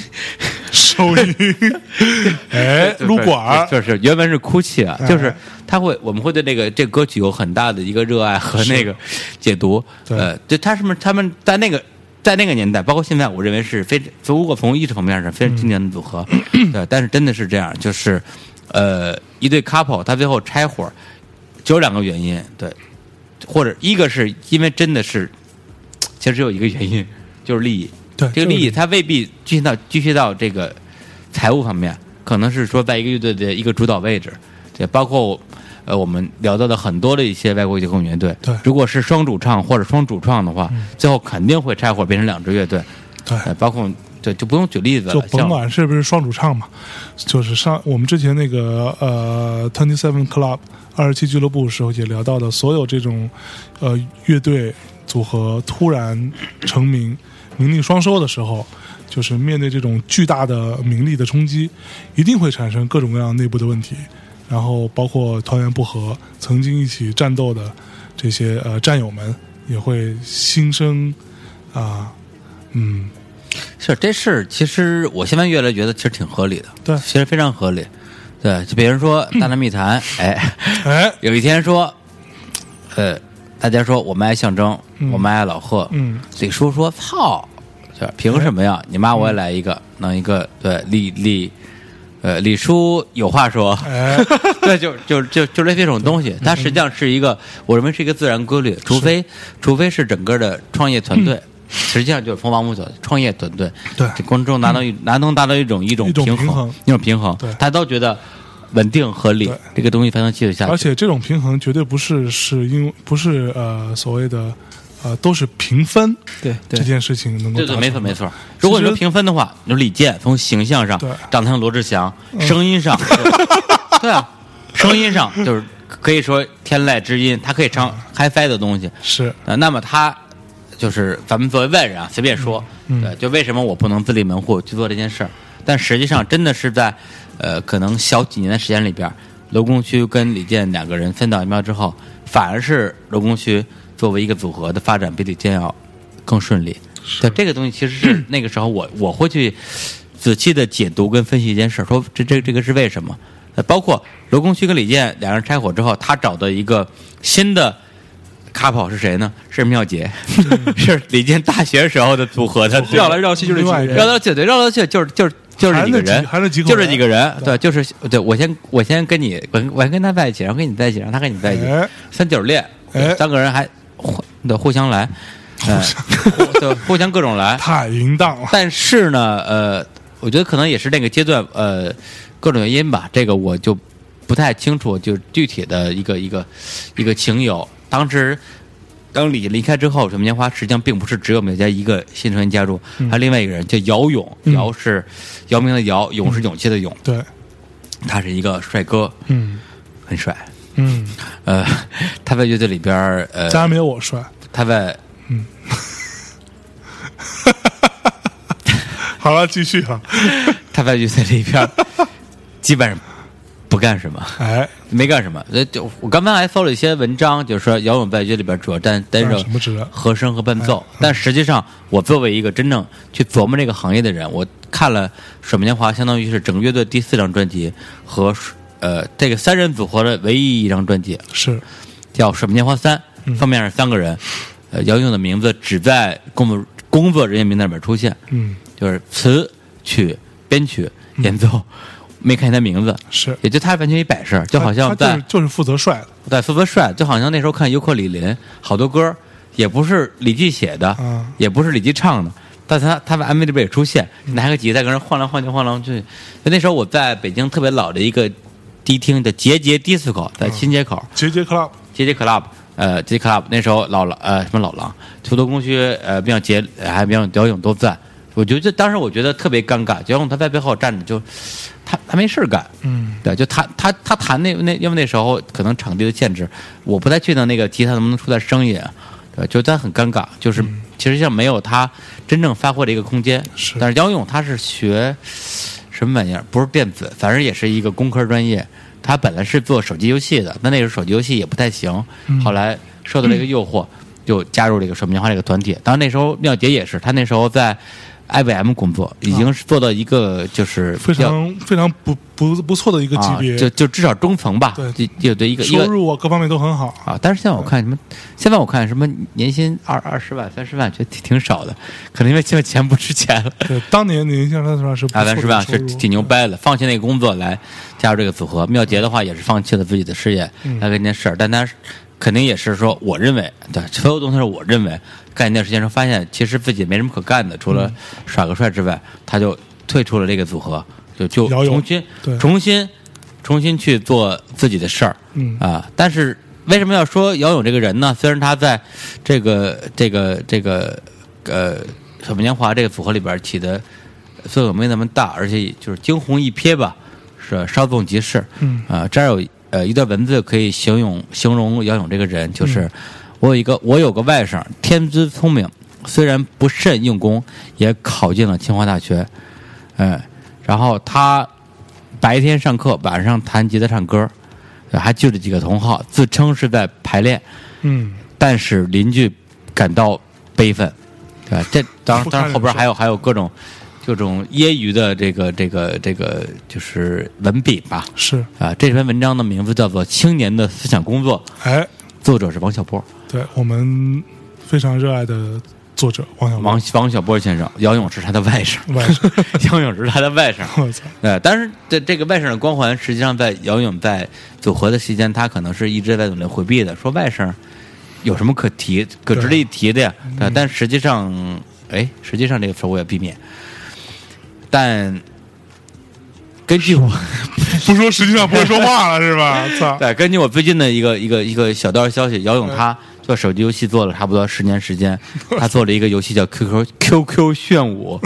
收音， 哎，撸管儿，
就是原文是哭泣啊，
哎
就是他会，我们会对那个这歌曲有很大的一个热爱和那个解读。
对
呃，就他是不是他们在那个在那个年代，包括现在，我认为是非如果从艺术方面是非常经典的组合。
嗯
对，但是真的是这样，就是呃，一对 couple，他最后拆伙，只有两个原因，对，或者一个是因为真的是，其实只有一个原因，就是利益。
对
这
就
个
是
利益，它未必具体到具体到这个财务方面，可能是说在一个乐队的一个主导位置，对，包括我呃我们聊到的很多的一些外国摇滚乐队，
对
如果是双主唱或者双主创的话，最后肯定会拆伙变成两支乐队，
对。
呃包括对就不用举例子了，
就
呃像
甭管是不是双主唱嘛，就是上我们之前那个呃 Twenty Seven Club 二十七俱乐部的时候也聊到的，所有这种呃乐队组合突然成名、名利双收的时候，就是面对这种巨大的名利的冲击，一定会产生各种各样内部的问题，然后包括团员不和、曾经一起战斗的这些呃战友们也会心生啊、嗯，
是这事儿，其实我现在越来越觉得其实挺合理的，
对
其实非常合理。对，就比如说《大内密谈》，哎，
哎，
有一天说，呃，大家说我们爱象征，我们爱老贺，
嗯，哎
李叔说操，这凭什么呀？你妈我也来一
嗯
个，弄一个，对，李李，呃，李叔有话说，
哎。
对，就就就就类似这种东西，它实际上是一个，我认为是一个自然规
嗯
律，除非除非是整个的创业团队，实际上就是从王木所创业团队，
对嗯
这观众达到一难能达到一种一种
一种
平
平衡
一种平衡
对，
大家都觉得稳定合理
对，
这个东西才能继续下去。
而且这种平衡绝对不是是因为不是呃所谓的呃都是平分
对
这
对
件事情能够
对对，
达
没错
成
没错。如果你说评分的话，你说李健从形象上
对嗯
长得像罗志祥，声 音上，对啊，声音上就是可以说天籁之音，他可以
嗯
唱嗨翻的东西。
是
呃，那么他就是咱们作为外人啊，随便说，对，就为什么我不能自立门户去做这件事儿？但实际上，真的是在呃，可能小几年的时间里边儿，罗功勋跟李健两个人分道扬镳之后，反而是罗功勋作为一个组合的发展比李健要更顺利。对，这个东西其实是那个时候我我会去仔细的解读跟分析一件事儿，说这这这个是为什么？呃，包括罗功勋跟李健两人拆伙之后，他找的一个新的。卡跑是谁呢？是妙杰， 是李健大学时候的组合的，
绕来绕去就是
另外
几
一
个
人
绕来去，对，绕来去就是就是就是
还
几
是
个
几
人，
还是几口
就
人
是几个人，对，就是对我先我先跟你我跟我先跟他在一起，然后跟你在一起，然后他跟你在一起
哎，
三角恋，
哎
三个人还互对互相 来，呃互对互相各种来，
太淫荡了，
但是呢，呃，我觉得可能也是那个阶段，呃，各种原因吧，这个我就不太清楚，就是具体的一个一个一个情由。当时当李离开之后，水木年华实际上并不是只有美嘉一个新成员加入，还有另外一个人叫姚勇，
嗯
姚是姚明的姚，勇是勇气的勇，
对，
他是一个帅哥，
嗯
很帅。
嗯，
呃， 他在乐队里边儿，呃，
当然没有我帅。
他在
好了，继续啊，
他在乐队里边儿基本上不干什么。
哎，
没干什么，呃，就我刚才还搜了一些文章，就是说摇滚在乐里边主要担担任
啊干什么职哎嗯
和声和伴奏，但实际上我作为一个真正去琢磨这个行业的人，我看了《水木年华》，相当于是整个乐队第四张专辑和水呃这个三人组合的唯一一张专辑，
是
叫《水木年华三》，
嗯
封面是三个人，呃，姚勇的名字只在工作工作人员名单里面出现，
嗯，
就是词曲、编曲、演奏，没看见他名字，
是，
也就他完全一摆设，就好
他
像
他
在
就是就是负责帅的，
对，特别帅，就好像那时候看尤克里林，好多歌儿也不是李记写的，
嗯
也不是李记唱的，但他他在 MV 里边也出现，拿个吉他跟人晃来晃去晃来晃去。那时候我在北京特别老的一个迪厅的杰杰 disco，在新街口，
杰杰 club
杰杰 club，呃，杰杰 club 那时候老狼呃什么老狼、土豆工区呃，比较杰还比较姚勇都在。我觉得当时我觉得特别尴尬，姚勇他在背后站着就，他他没事儿干，
嗯，
对，就他他他弹那那因为那时候可能场地的限制，我不太确定那个吉他能不能出点声音，对，就他很尴尬，就是、其实像没有他真正发挥的一个空间。
嗯是
但是姚勇他是学什么玩意儿？不是电子，反正也是一个工科专业。他本来是做手机游戏的，但那时候手机游戏也不太行，
嗯
后来受到了一个诱惑，就加入这个水木年华这个团体。当然那时候妙杰也是，他那时候在 IBM 工作，已经是做到一个就是
非
要
常非常不不不错的一个级
啊，
别，
就就至少中层吧，
对
就就对一个一
收
个
入啊各方面都很好，
啊。但是现在我看什么，现在我看什么年薪二二十万、三十万，觉得挺挺少的，可能因为现在钱不值钱了。
对，当年您像他说是不错
啊，
的
三十万是
收入
挺牛掰的，放弃那个工作来加入这个组合。妙杰的话也是放弃了自己的事业
嗯
来干这件事儿，但他肯定也是说，我认为对所有东西，是我认为干一段时间之后，发现其实自己没什么可干的，除了
嗯
耍个帅之外，他就退出了这个组合，就就
摇
重
泳
新
对
重新重新去做自己的事儿。
嗯
啊，但是为什么要说姚勇这个人呢？虽然他在这个这个这个呃小木年华这个组合里边起的作用没那么大，而且就是惊鸿一瞥吧，是稍纵即逝。
嗯
啊，这儿有呃一段文字可以形容形容姚勇这个人，就是、
嗯
我有一个我有个外甥，天资聪明，虽然不甚用功，也考进了清华大学。嗯，然后他白天上课，晚上弹吉他唱歌，还聚了几个同好，自称是在排练，
嗯，
但是邻居感到悲愤，对吧？这当然
不堪
当然后
忍
边
受
还有还有各种各种揶揄的这个这个这个就是文笔吧。
是，
啊，这篇文章的名字叫做《青年的思想工作
哎，》，
作者是王小波，
对我们非常热爱的作者王小
王王小波先生，姚勇是他的外甥，
波外甥，
姚勇是他的外甥，
我操，
对，但是这这个外甥的光环，实际上在姚勇在组合的期间，他可能是一直在努力回避的，说外甥有什么可提、可值得一提的呀？对，但实际上，哎，实际上这个词儿我也避免。但根据我
不说实际上不会说话了是 吧？操，
对，根据我最近的一个一个一个小道消息，姚勇他做手机游戏做了差不多十年时间，他做了一个游戏叫 QQ QQ 炫舞、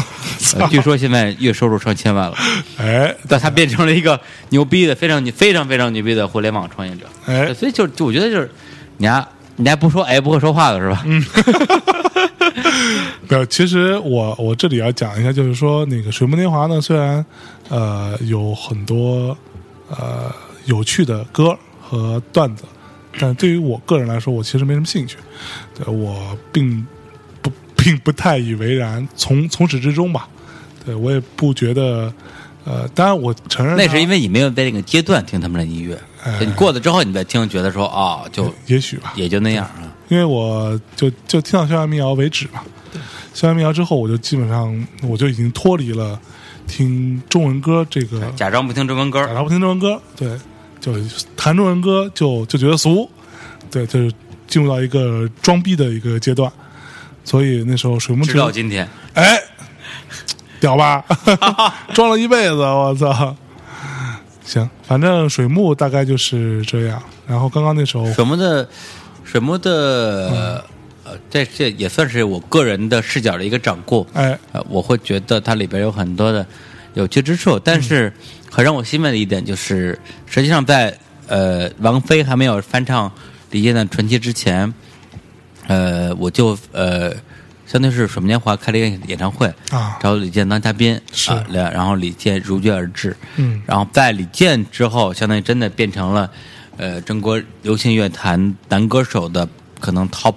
呃据说现在月收入上千万了。
哎，
但他变成了一个牛逼的、非常牛、非常非常牛逼的互联网创业者。
哎
所以就就我觉得就是，你还你还不说哎不会说话的是吧？嗯，
没有，其实我我这里要讲一下，就是说那个《水木年华》呢，虽然呃有很多呃有趣的歌和段子，但对于我个人来说，我其实没什么兴趣，对我并不并不太以为然，从从始至终吧，对我也不觉得。呃，当然，我承认
那是因
为
为你没有在那个阶段听他们的音乐，
哎
你过了之后你再听，觉得说啊、哦，就
呃也许吧，
也就那样啊。
因为我就就听到校园民谣为止吧。校园民谣之后，我就基本上我就已经脱离了听中文歌这个，假
假装不听中文歌儿，
装不听中文歌，对，就弹中文歌就就觉得俗，对，就是进入到一个装逼的一个阶段。所以那时候水木
直
泉
到今天。
哎，屌吧， 装了一辈子，我操！行，反正水木大概就是这样。然后刚刚那首
水木的水木
嗯
的、呃，这这也算是我个人的视角的一个掌控。
哎
呃，我会觉得它里边有很多的有趣之处，但
嗯
是很让我欣慰的一点就是，实际上在呃王菲还没有翻唱李健的《传奇》之前，呃，我就呃。相当于是水木年华开了一个演唱会
啊
找李健当嘉宾，
是
啊然然后李健如约而至，
嗯
然后在李健之后，相当于真的变成了，呃，中国流行乐坛男歌手的可能 top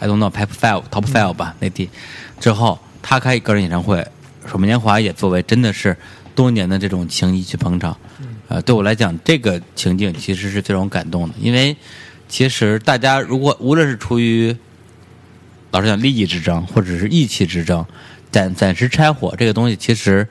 I don't know top five top five 吧、内地。之后他开个人演唱会，水木年华也作为真的是多年的这种情谊去捧场，呃，对我来讲，这个情境其实是非常感动的，因为其实大家如果无论是出于老实讲利益之争，或者是义气之争，暂暂时拆伙这个东西，其实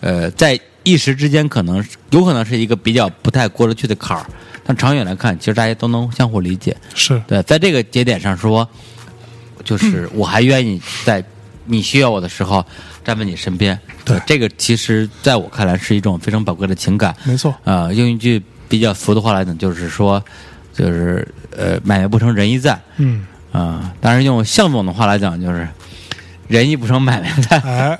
呃，在一时之间可能是有可能是一个比较不太过得去的坎儿，但长远来看，其实大家都能相互理解。
是
对，在这个节点上说，
嗯
就是我还愿意在你需要我的时候站在你身边。
对
这个其实在我看来是一种非常宝贵的情感。
没错
呃，用一句比较俗的话来讲，就是说，就是呃，买卖不成仁义在。
嗯，
啊、当然用向总的话来讲，就是仁义不成买卖在。
哎，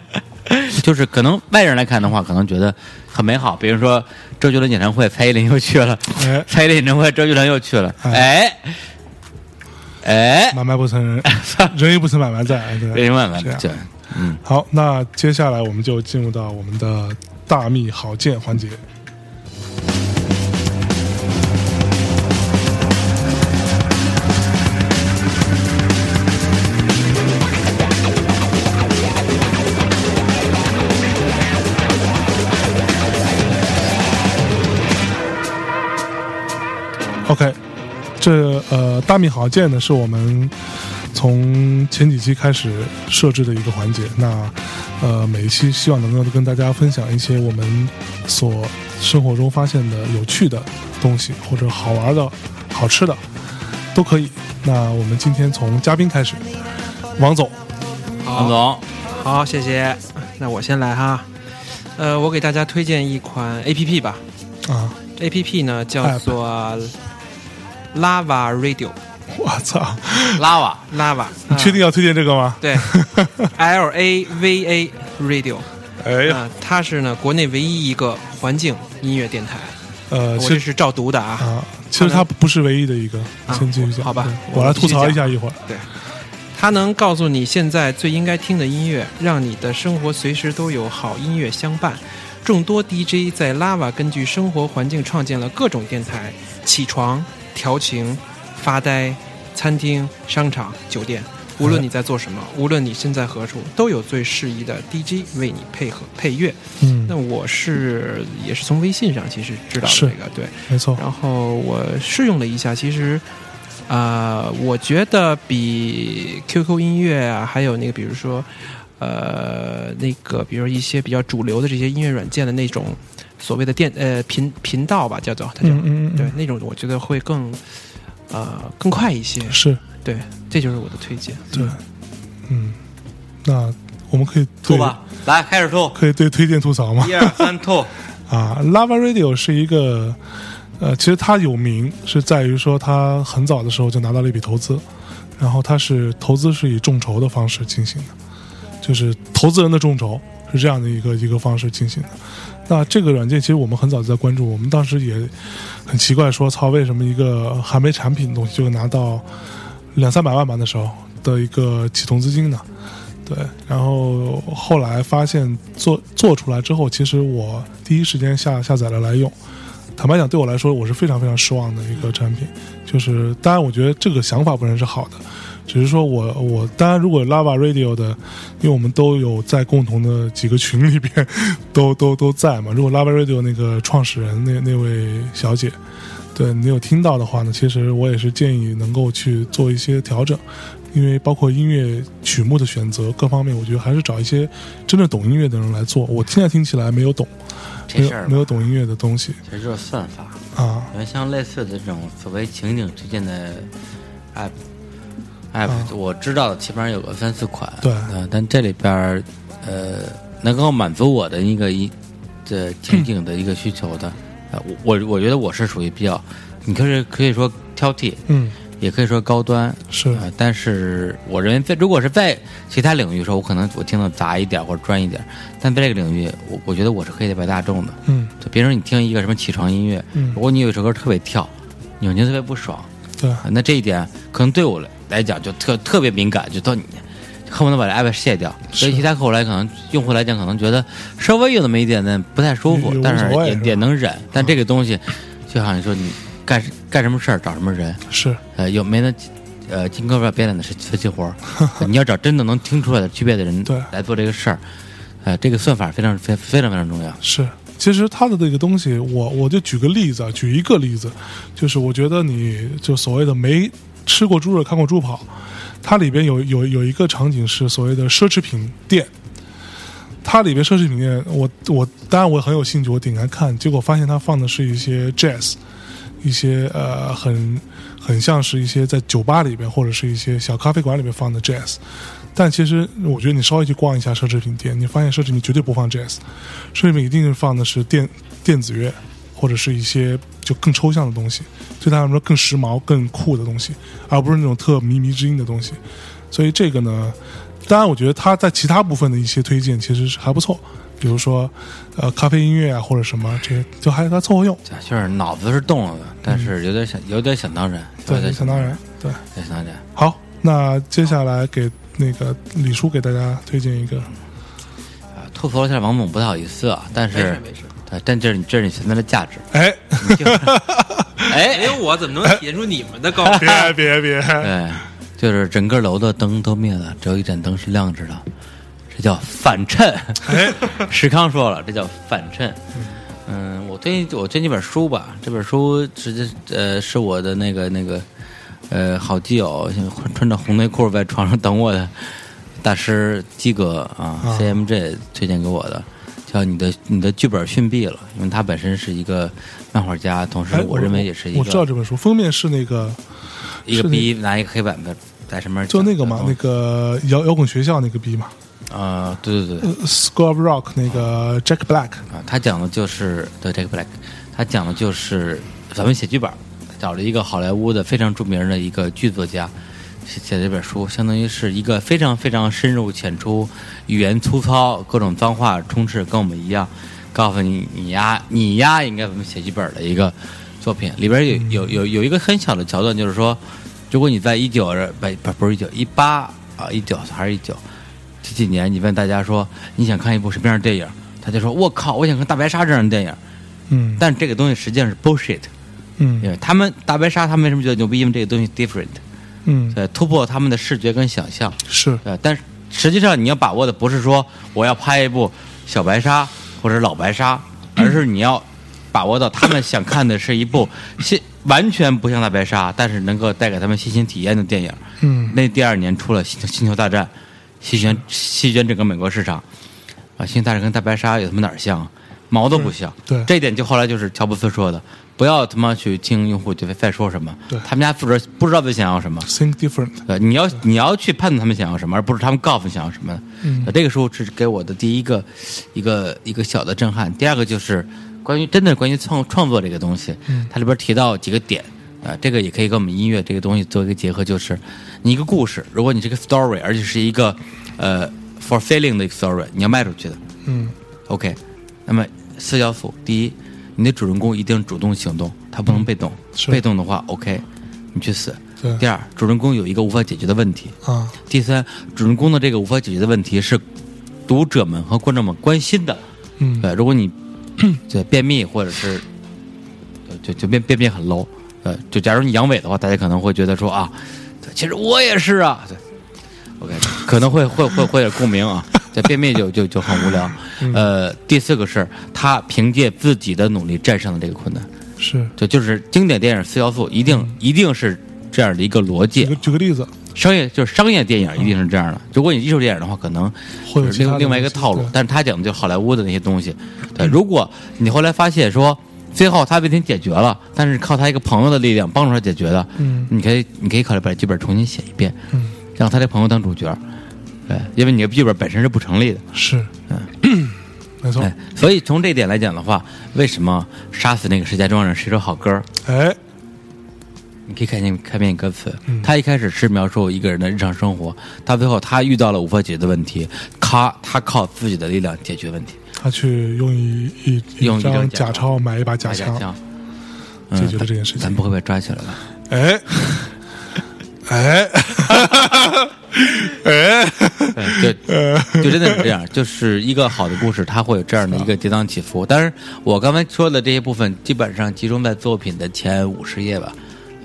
就是可能外人来看的话，可能觉得很美好。比如说周杰伦演唱会，蔡依林又去了；
哎
蔡依林演唱会，周杰伦又去了。
哎
哎，哎，
买卖不成 仁，仁义不成买卖在，哎
为
对
什
吧。
么买
这样
对，嗯，
好，那接下来我们就进入到我们的大秘好剑环节。OK，这呃大秘好剑呢是我们从前几期开始设置的一个环节。那呃，每一期希望能够跟大家分享一些我们所生活中发现的有趣的东西，或者好玩的、好吃的都可以。那我们今天从嘉宾开始，王总，
王总，
好，谢谢。那我先来哈，呃，我给大家推荐一款 A P P 吧
啊，
，A P P 呢叫做 Lava Radio
我操，
拉瓦，
Lava，
你确定要推荐这个吗？
啊 对，L A V A Radio，
哎呀，
啊，它是呢国内唯一一个环境音乐电台，
呃，
我
其
这
实
是照读的啊。
啊，其实它不是唯一的一个，
啊
先继续讲。
好吧
对
我
我来吐槽
继
一
续
下
讲
一会儿。
它能告诉你现在最应该听的音乐，让你的生活随时都有好音乐相伴。众多 DJ 在 Lava 根据生活环境创建了各种电台：起床、调情、发呆、餐厅、商场、酒店。无论你在做什么，无论你身在何处，都有最适宜的 DJ 为你配合配乐。
嗯
那，我是也是从微信上其实知道的
是
这个，对。
没错，
然后我试用了一下，其实，呃，我觉得比 QQ 音乐啊，还有那个比如说，呃，那个比如一些比较主流的这些音乐软件的那种所谓的电呃频频道吧，叫做它叫、
嗯嗯嗯，
对那种，我觉得会更呃更快一些。
是
对，这就是我的推荐。
对，嗯，那我们可以
吐
对
吧，来开始吐，
可以对推荐吐槽吗？
一二三吐，
啊，Lava Radio 是一个，呃，其实它有名是在于说它很早的时候就拿到了一笔投资，然后它是投资是以众筹的方式进行的，就是投资人的众筹是这样的一个一个方式进行的。那这个软件其实我们很早就在关注，我们当时也很奇怪说，操，为什么一个还没产品的东西就拿到两三百万吧那时候的一个启动资金呢？对，然后后来发现做做出来之后，其实我第一时间下下载了来用。坦白讲，对我来说，我是非常非常失望的一个产品。就是当然，我觉得这个想法本身是好的，只是说我我当然，如果 Lava Radio 的，因为我们都有在共同的几个群里边， 都都都在嘛。如果 Lava Radio 那个创始人那那位小姐，对你有听到的话呢，其实我也是建议能够去做一些调整。因为包括音乐曲目的选择各方面，我觉得还是找一些真正懂音乐的人来做。我现在听起来没有懂，
这
没
事儿
有
吧
没有懂音乐的东西
其实就是算法。
啊。
因为像类似的这种所谓情景推荐的 app app，、我
嗯
知道的基本上有个三四款，
对
呃但这里边儿呃能够满足我的一个一这情景的一个需求的，呃，我我我觉得我是属于比较，你可以可以说挑剔，
嗯，
也可以说高端，
是
啊、但是我认为在如果是在其他领域说，我可能我听的杂一点或者专一点，但在这个领域，我我觉得我是可以代表大众的。
嗯，
就比如说你听一个什么起床音乐，
嗯
如果你有一首歌特别跳，你觉得特别不爽，
对，
啊那这一点可能对我来来讲就特特别敏感，就到你恨不得把这 app 卸掉。所以其他客户来可能用户来讲可能觉得稍微有那么一点点不太舒服
也也，无
但是
所谓
也
是吧嗯
也能忍。但这个东西就好像说你干干什么事儿找什么人，
是
呃，有没呢？呃，金哥不要别懒得是瓷器 活儿，你要找真的能听出来的区别的人
对
来做这个事儿，呃，这个算法非常非非常非常重要。
是，其实他的这个东西，我我就举个例子啊，举一个例子，就是我觉得你就所谓的没吃过猪肉看过猪跑，它里边有有有一个场景是所谓的奢侈品店。它里边奢侈品店，我我当然我很有兴趣，我点开看，结果发现它放的是一些 jazz，一些呃很很像是一些在酒吧里边或者是一些小咖啡馆里面放的 jazz，但其实我觉得你稍微去逛一下奢侈品店，你发现奢侈品绝对不放 jazz，奢侈品一定是放的是电电子乐或者是一些就更抽象的东西，对他们说更时髦、更酷的东西，而不是那种特靡靡之音的东西。所以这个呢，当然我觉得他在其他部分的一些推荐其实是还不错，比如说呃咖啡音乐啊或者什么这些，就还还凑合用，
对就是脑子是动了的，但是有点想有点想当然，有
嗯对，
点
想当然，对。
有点想当然。
好，那接下来给那个李叔给大家推荐一个，
啊，吐槽一下王总不太好意思啊，但
没
是
事没事，
对但这是你这是你存在的价值。
哎，
你就
哎，没有我怎 么能体现出你们的高？
别别别，
对，就是整个楼的灯都灭了，只有一盏灯是亮着的，这叫反衬。
哎
石康说了，这叫反衬。嗯，我推我推那本书吧，这本书直接呃是我的那个那个呃好基友，穿穿着红内裤在床上等我的大师基哥啊
啊
CMJ 推荐给我的。叫你的你的剧本逊毙了，因为他本身是一个漫画家，同时
哎，
我认为也是一
我知道
个
这本书封面是那个
一个
是那
逼拿一个黑板在在上面
就那个
讲
嘛，
东西
那个摇摇滚学校那个逼嘛，
啊、对对对
呃，School of Rock 那个 Jack Black，
啊，他讲的就是对 Jack Black，他讲的就是咱们写剧本儿，找了一个好莱坞的非常著名的一个剧作家写写这本书，相当于是一个非常非常深入浅出、语言粗糙、各种脏话充斥，跟我们一样，告诉你你呀你呀应该怎么写剧本儿的一个作品。里边
嗯
有有有有一个很小的桥段，就是说，如果你在一九不不不是一九一八啊一九还是一九。这几年你问大家说你想看一部什么样的电影，大家说我靠，我想看大白鲨这样的电影。
嗯，
但这个东西实际上是 bullshit，因
嗯
为他们大白鲨他们为什么觉得牛逼？因为这个东西 different，
嗯
对，突破他们的视觉跟想象。
是，
对，呃但是实际上你要把握的不是说我要拍一部小白鲨或者老白鲨，而是你要把握到他们想看的是一部新完全不像大白鲨，但是能够带给他们新鲜体验的电影。
嗯
那第二年出了星《星球大战》，席卷席卷整个美国市场。啊，《星球大战》跟《大白鲨》有他妈哪儿像啊？毛都不像。
对对
这一点就后来就是乔布斯说的，不要他妈去听用户就在说什么，
对
他们家负责不知道自己想要什么。
，Think Different，
呃，你要你要去判断他们想要什么，而不是他们告诉你想要什么的。嗯，这个书是给我的第一个一个一个小的震撼。第二个就是关于真的关于创创作这个东西，它里边提到几个点。啊、这个也可以跟我们音乐这个东西做一个结合，就是你一个故事，如果你这个 story，而且是一个呃 for selling 的一个 story，你要卖出去的，
嗯
OK，那么四要素，第一，你的主人公一定主动行动，他不能被动。
嗯是
被动的话，OK，你去死
对。
第二，主人公有一个无法解决的问题。
啊，
第三，主人公的这个无法解决的问题是读者们和观众们关心的。
嗯
对，如 果你对便秘或者是呃就就便便秘很 low，呃，就假如你阳痿的话，大家可能会觉得说啊，对其实我也是啊，对，OK，可能会会会会有共鸣啊。对，便秘就就就很 无聊。
嗯
呃，第四个是他凭借自己的努力战胜了这个困难，
是，
对，就是经典电影四要素一定、一定是这样的一个逻辑
举嗯个。举个例子，
商业就是商业电影一定是这样的。如果你艺术电影的话，可能
嗯会有
是
其他
另
的
另外一个
东西
套路
对。嗯
但是他讲的就是好莱坞的那些东西。对，如果你后来发现说最后他问题解决了，但是靠他一个朋友的力量帮助他解决的，
嗯
你可以你可以考虑把剧本重新写一遍，
嗯，
让他这朋友当主角。对，因为你的剧本本身是不成立的。
是， 没错，
哎，所以从这点来讲的话，为什么杀死那个石家庄人是一首好歌儿？
哎，
你可以看见看遍歌词，
嗯
他一开始是描述一个人的日常生活，到最后他遇到了无法解决的问题，他他靠自己的力量解决问题，
他去用一一
用
一
一张
张假
假钞
钞买一把假
打假
枪
枪，。嗯
解决了这件事情
咱咱不会被抓起来吧？
哎， 哎，哎，
对，就就真的是这样，就是一个好的故事，它会有这样的一个跌宕起伏。但是我刚才说的这些部分，基本上集中在作品的前五十页吧。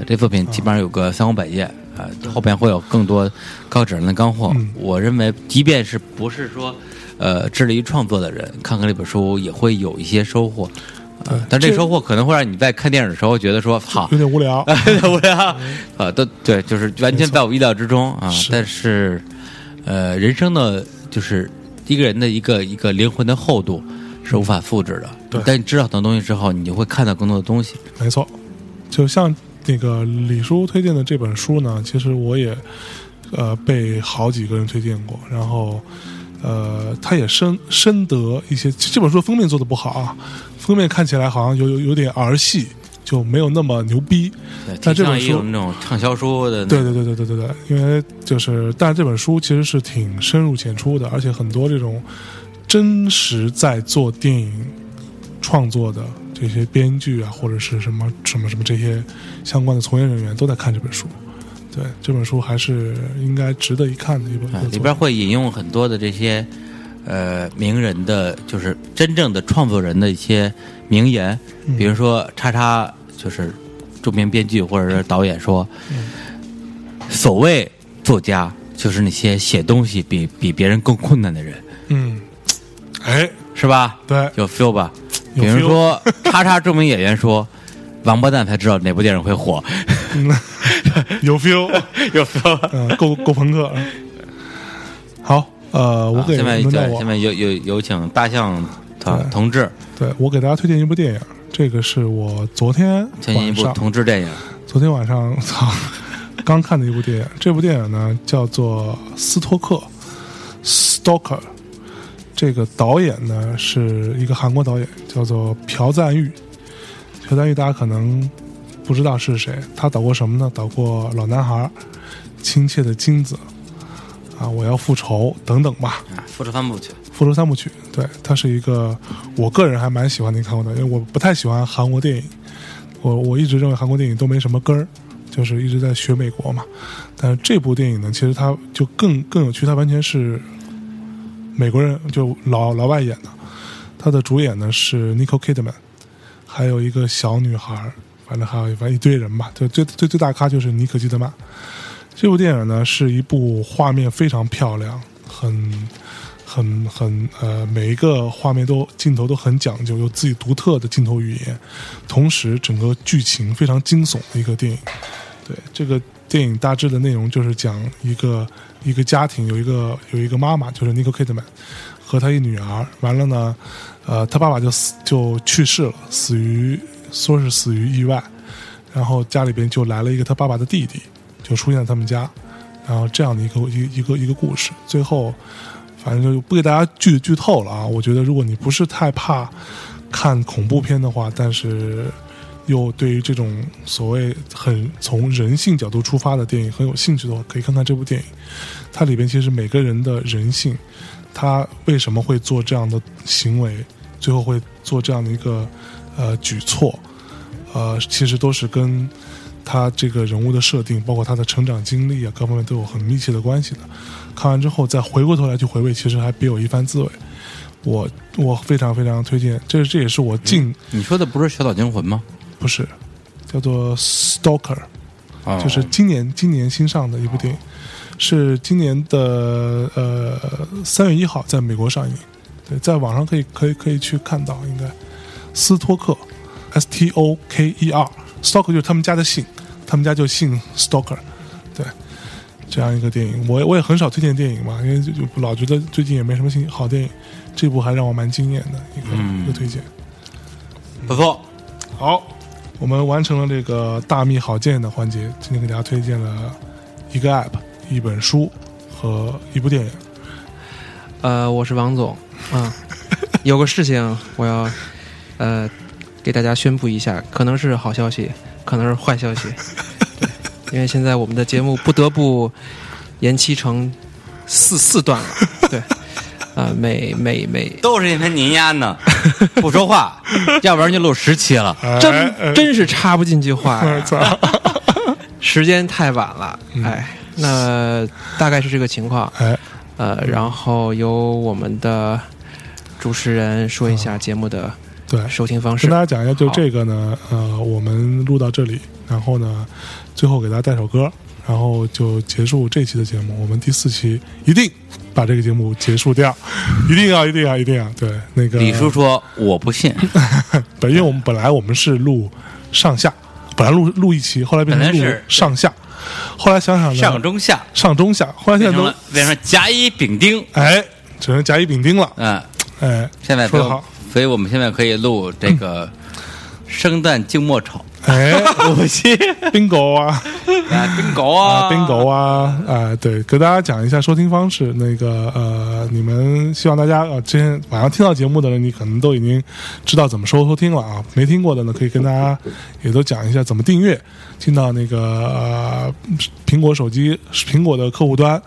这作品基本上有个三五百页，呃，后边会有更多高质量的干货。我认为，即便是不是说呃致力于创作的人，看看这本书也会有一些收获。呃但这收获可能会让你在看电影的时候觉得 说，好
有，点无 聊。
无聊 啊，都对，就是完全在我意料之中啊。
是
但是，呃，人生的就是一个人的一个一个灵魂的厚度是无法复制的。
对
但你知道很多东西之后，你就会看到更多的东西。
没错，就像那个李叔推荐的这本书呢，其实我也呃被好几个人推荐过，然后呃他也深深得一些。这本书的封面做的不好啊，封面看起来好像有有有点儿戏，就没有那么牛逼。
对
但这
挺像
本
一
书
种那种畅销书的那
对对对对对对对，因为就是，但是这本书其实是挺深入浅出的，而且很多这种真实在做电影创作的这些编剧啊，或者是什么什么什么这些相关的从业人员都在看这本书。对，这本书还是应该值得一看的一本。
啊
一本作品
里边会引用很多的这些呃名人的，就是真正的创作人的一些名言，
嗯
比如说叉叉就是著名编剧或者是导演说，
嗯
所谓作家就是那些写东西比比别人更困难的人，
嗯，哎，
是吧？
对
有 feel 吧？比
有
如说叉叉著名演员说。王八蛋才知道哪部电影会火，
有 feel，
有 feel 吧？
嗯，够够朋克。好，呃，我
好
给
下面
轮到
对，
我
下面有有有请大象同
对
同志
对我给大家推荐一部电影，这个是我昨天
推荐一
晚
部
上
同志电影，
昨天晚上 操刚看的一部电影，这部电影呢叫做《斯托克》（Stalker）。这个导演呢是一个韩国导演，叫做朴赞玉。朴赞玉大家可能不知道是谁，他导过什么呢？导过《老男孩》《亲切的金子》啊，《我要复仇》等等吧。
啊，复仇三部曲，
复仇三部曲，对，它是一个我个人还蛮喜欢的一个韩国导演，因为我不太喜欢韩国电影，我我一直认为韩国电影都没什么根儿，就是一直在学美国嘛。但是这部电影呢，其实它就更更有趣，它完全是美国人，就老老外演的。它的主演呢是 Nicole Kidman，还有一个小女孩儿，反正还有一反正一堆人吧。就最最最大咖就是尼可基德曼。这部电影呢是一部画面非常漂亮，很很很呃，每一个画面都镜头都很讲究，有自己独特的镜头语言，同时整个剧情非常惊悚的一个电影。对，这个电影大致的内容就是讲一个一个家庭，有一个有一个妈妈，就是 Nicole Kidman 和她一女儿。完了呢，呃，她爸爸就死就去世了，死于说是死于意外。然后家里边就来了一个她爸爸的弟弟，就出现在他们家。然后这样的一个一一个一个故事，最后反正就不给大家剧剧透了啊。我觉得如果你不是太怕看恐怖片的话，但是又对于这种所谓很从人性角度出发的电影很有兴趣的话，可以看看这部电影。它里边其实每个人的人性，他为什么会做这样的行为，最后会做这样的一个呃举措，呃，其实都是跟。他这个人物的设定，包括他的成长经历啊，各方面都有很密切的关系的。看完之后再回过头来去回味，其实还别有一番滋味。我我非常非常推荐，这这也是我近、
你说的不是《小岛惊魂》吗？
不是叫做《Stalker》，
哦
就是今年今年新上的一部电影，是今年的呃三月一号在美国上映，对，在网上可以可以可以去看到，应该斯托克 S T O K E R Stalker 就是他们家的姓，他们家就姓 Stalker，对。这样一个电影，我也我也很少推荐电影嘛，因为就就老觉得最近也没什么新好电影，这部还让我蛮惊艳的一个、一个推荐。
不错，
好，我们完成了这个大秘好建的环节，今天给大家推荐了一个 app、一本书和一部电影。
呃，我是王总啊，有个事情我要呃给大家宣布一下，可能是好消息，可能是坏消息，对，因为现在我们的节目不得不延期成四四段了，对，啊、每每每
都是因为您丫呢 不说话， 要不然就录十期了。
哎
真真是插不进去话
我
呀，
操！
时间太晚了，哎，那大概是这个情况，
嗯哎，
呃，然后由我们的主持人说一下节目的
对，
收听方
嗯
式
跟大。家讲一下，就
好
这个呢，呃，我们录到这里，然后呢，最后给大家带首歌，然后就结束这期的节目。我们第四期一定把这个节目结束掉，一定啊要，一定要，一定要。对，那个
李 叔说我不信，
本因为我们本来我们是录上下，本来录录一期，后来变成
本来
录
是
上下，后来想想呢，
上中下
上中下，后来现在
变成
都
了变成了甲乙丙丁，
哎，只能甲乙丙丁了，
嗯，
哎，
现在
说
都
得好，
所以我们现在可以录这个生旦净末丑，
哎
不信
，bingo 啊，
啊，冰狗啊，
啊，bingo 啊，啊，对，给大家讲一下收听方式。那个呃，你们希望大家呃，之前晚上听到节目的呢，你可能都已经知道怎么收收听了啊。没听过的呢，可以跟大家也都讲一下怎么订阅。进到那个呃苹果手机、苹果的客户端，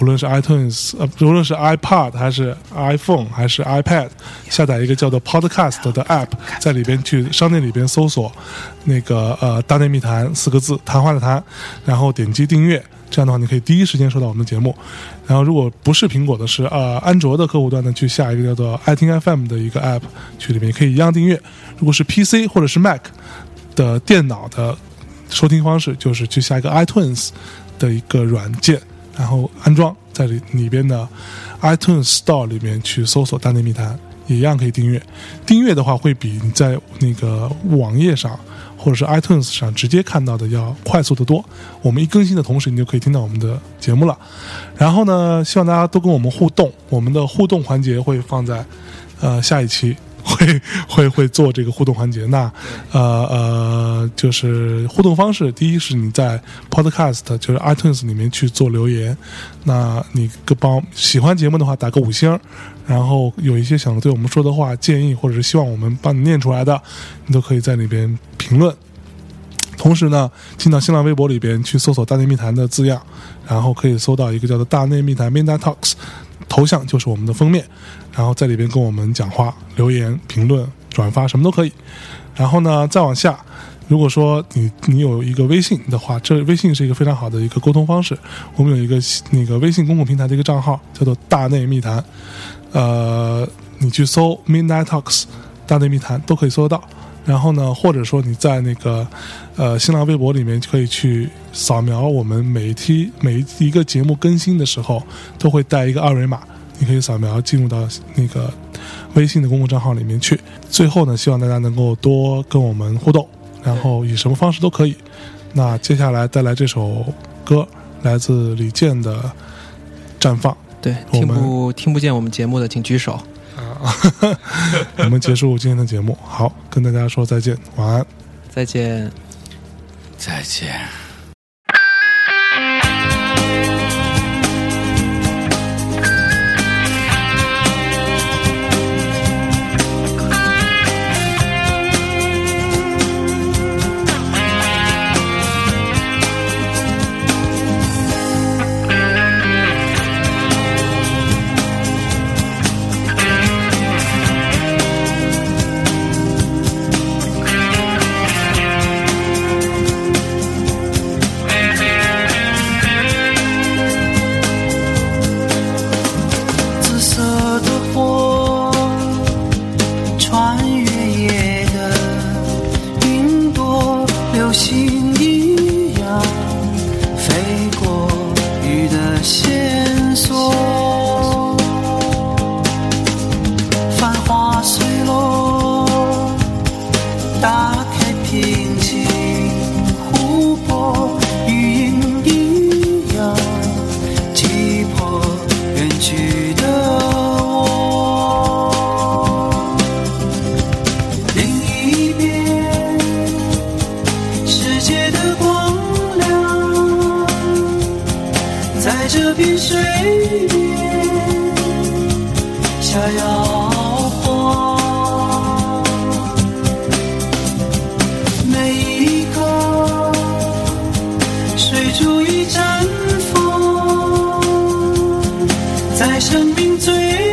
无论是 iTunes，呃，无论是 iPad 还是 iPhone 还是 iPad，下载一个叫做 Podcast 的 app，在里边去商店里边搜索那个呃“大内密谈”四个字，谈话的谈，然后点击订阅。这样的话，你可以第一时间收到我们的节目。然后，如果不是苹果的是，呃安卓的客户端呢，去下一个叫做爱听 FM 的一个 app，去里面也可以一样订阅。如果是 PC 或者是 Mac 的电脑的收听方式，就是去下一个 iTunes 的一个软件，然后安装在里里边的 iTunes Store 里面去搜索“大内密谈”，也一样可以订阅。订阅的话，会比你在那个网页上或者是 iTunes 上直接看到的要快速的多。我们一更新的同时，你就可以听到我们的节目了。然后呢，希望大家都跟我们互动，我们的互动环节会放在呃下一期。会 会会做这个互动环节，那呃呃，就是互动方式，第一是你在 Podcast 就是 iTunes 里面去做留言，那你个帮喜欢节目的话打个五星儿，然后有一些想对我们说的话、建议，或者是希望我们帮你念出来的，你都可以在里边评论。同时呢，进到新浪微博里边去搜索“大内密谈”的字样，然后可以搜到一个叫做“大内密谈 ”（Midnight Talks） 头像，就是我们的封面，然后在里边跟我们讲话、留言、评论、转发，什么都可以。然后呢，再往下，如果说你你有一个微信的话，这微信是一个非常好的一个沟通方式。我们有一个那个微信公共平台的一个账号，叫做“大内密谈”，呃，你去搜 “Midnight Talks” 大内密谈都可以搜得到。然后呢，或者说你在那个呃新浪微博里面可以去扫描我们每一期每一个节目更新的时候，都会带一个二维码，你可以扫描进入到那个微信的公共账号里面去。最后呢，希望大家能够多跟我们互动，然后以什么方式都可以。那接下来带来这首歌，来自李健的《绽放》。
对，
我
听
们
不听不见我们节目的，请举手。
我们结束今天的节目，好，跟大家说再见，晚安。
再见。
再见。
紫色的火穿越夜的云朵，流星一样飞过雨的线索。繁华碎落，打开平静湖泊，雨影一样击破远去的我。另一边，世界的光亮，在这片水面逍遥晃。每一刻，水珠一阵风，在生命最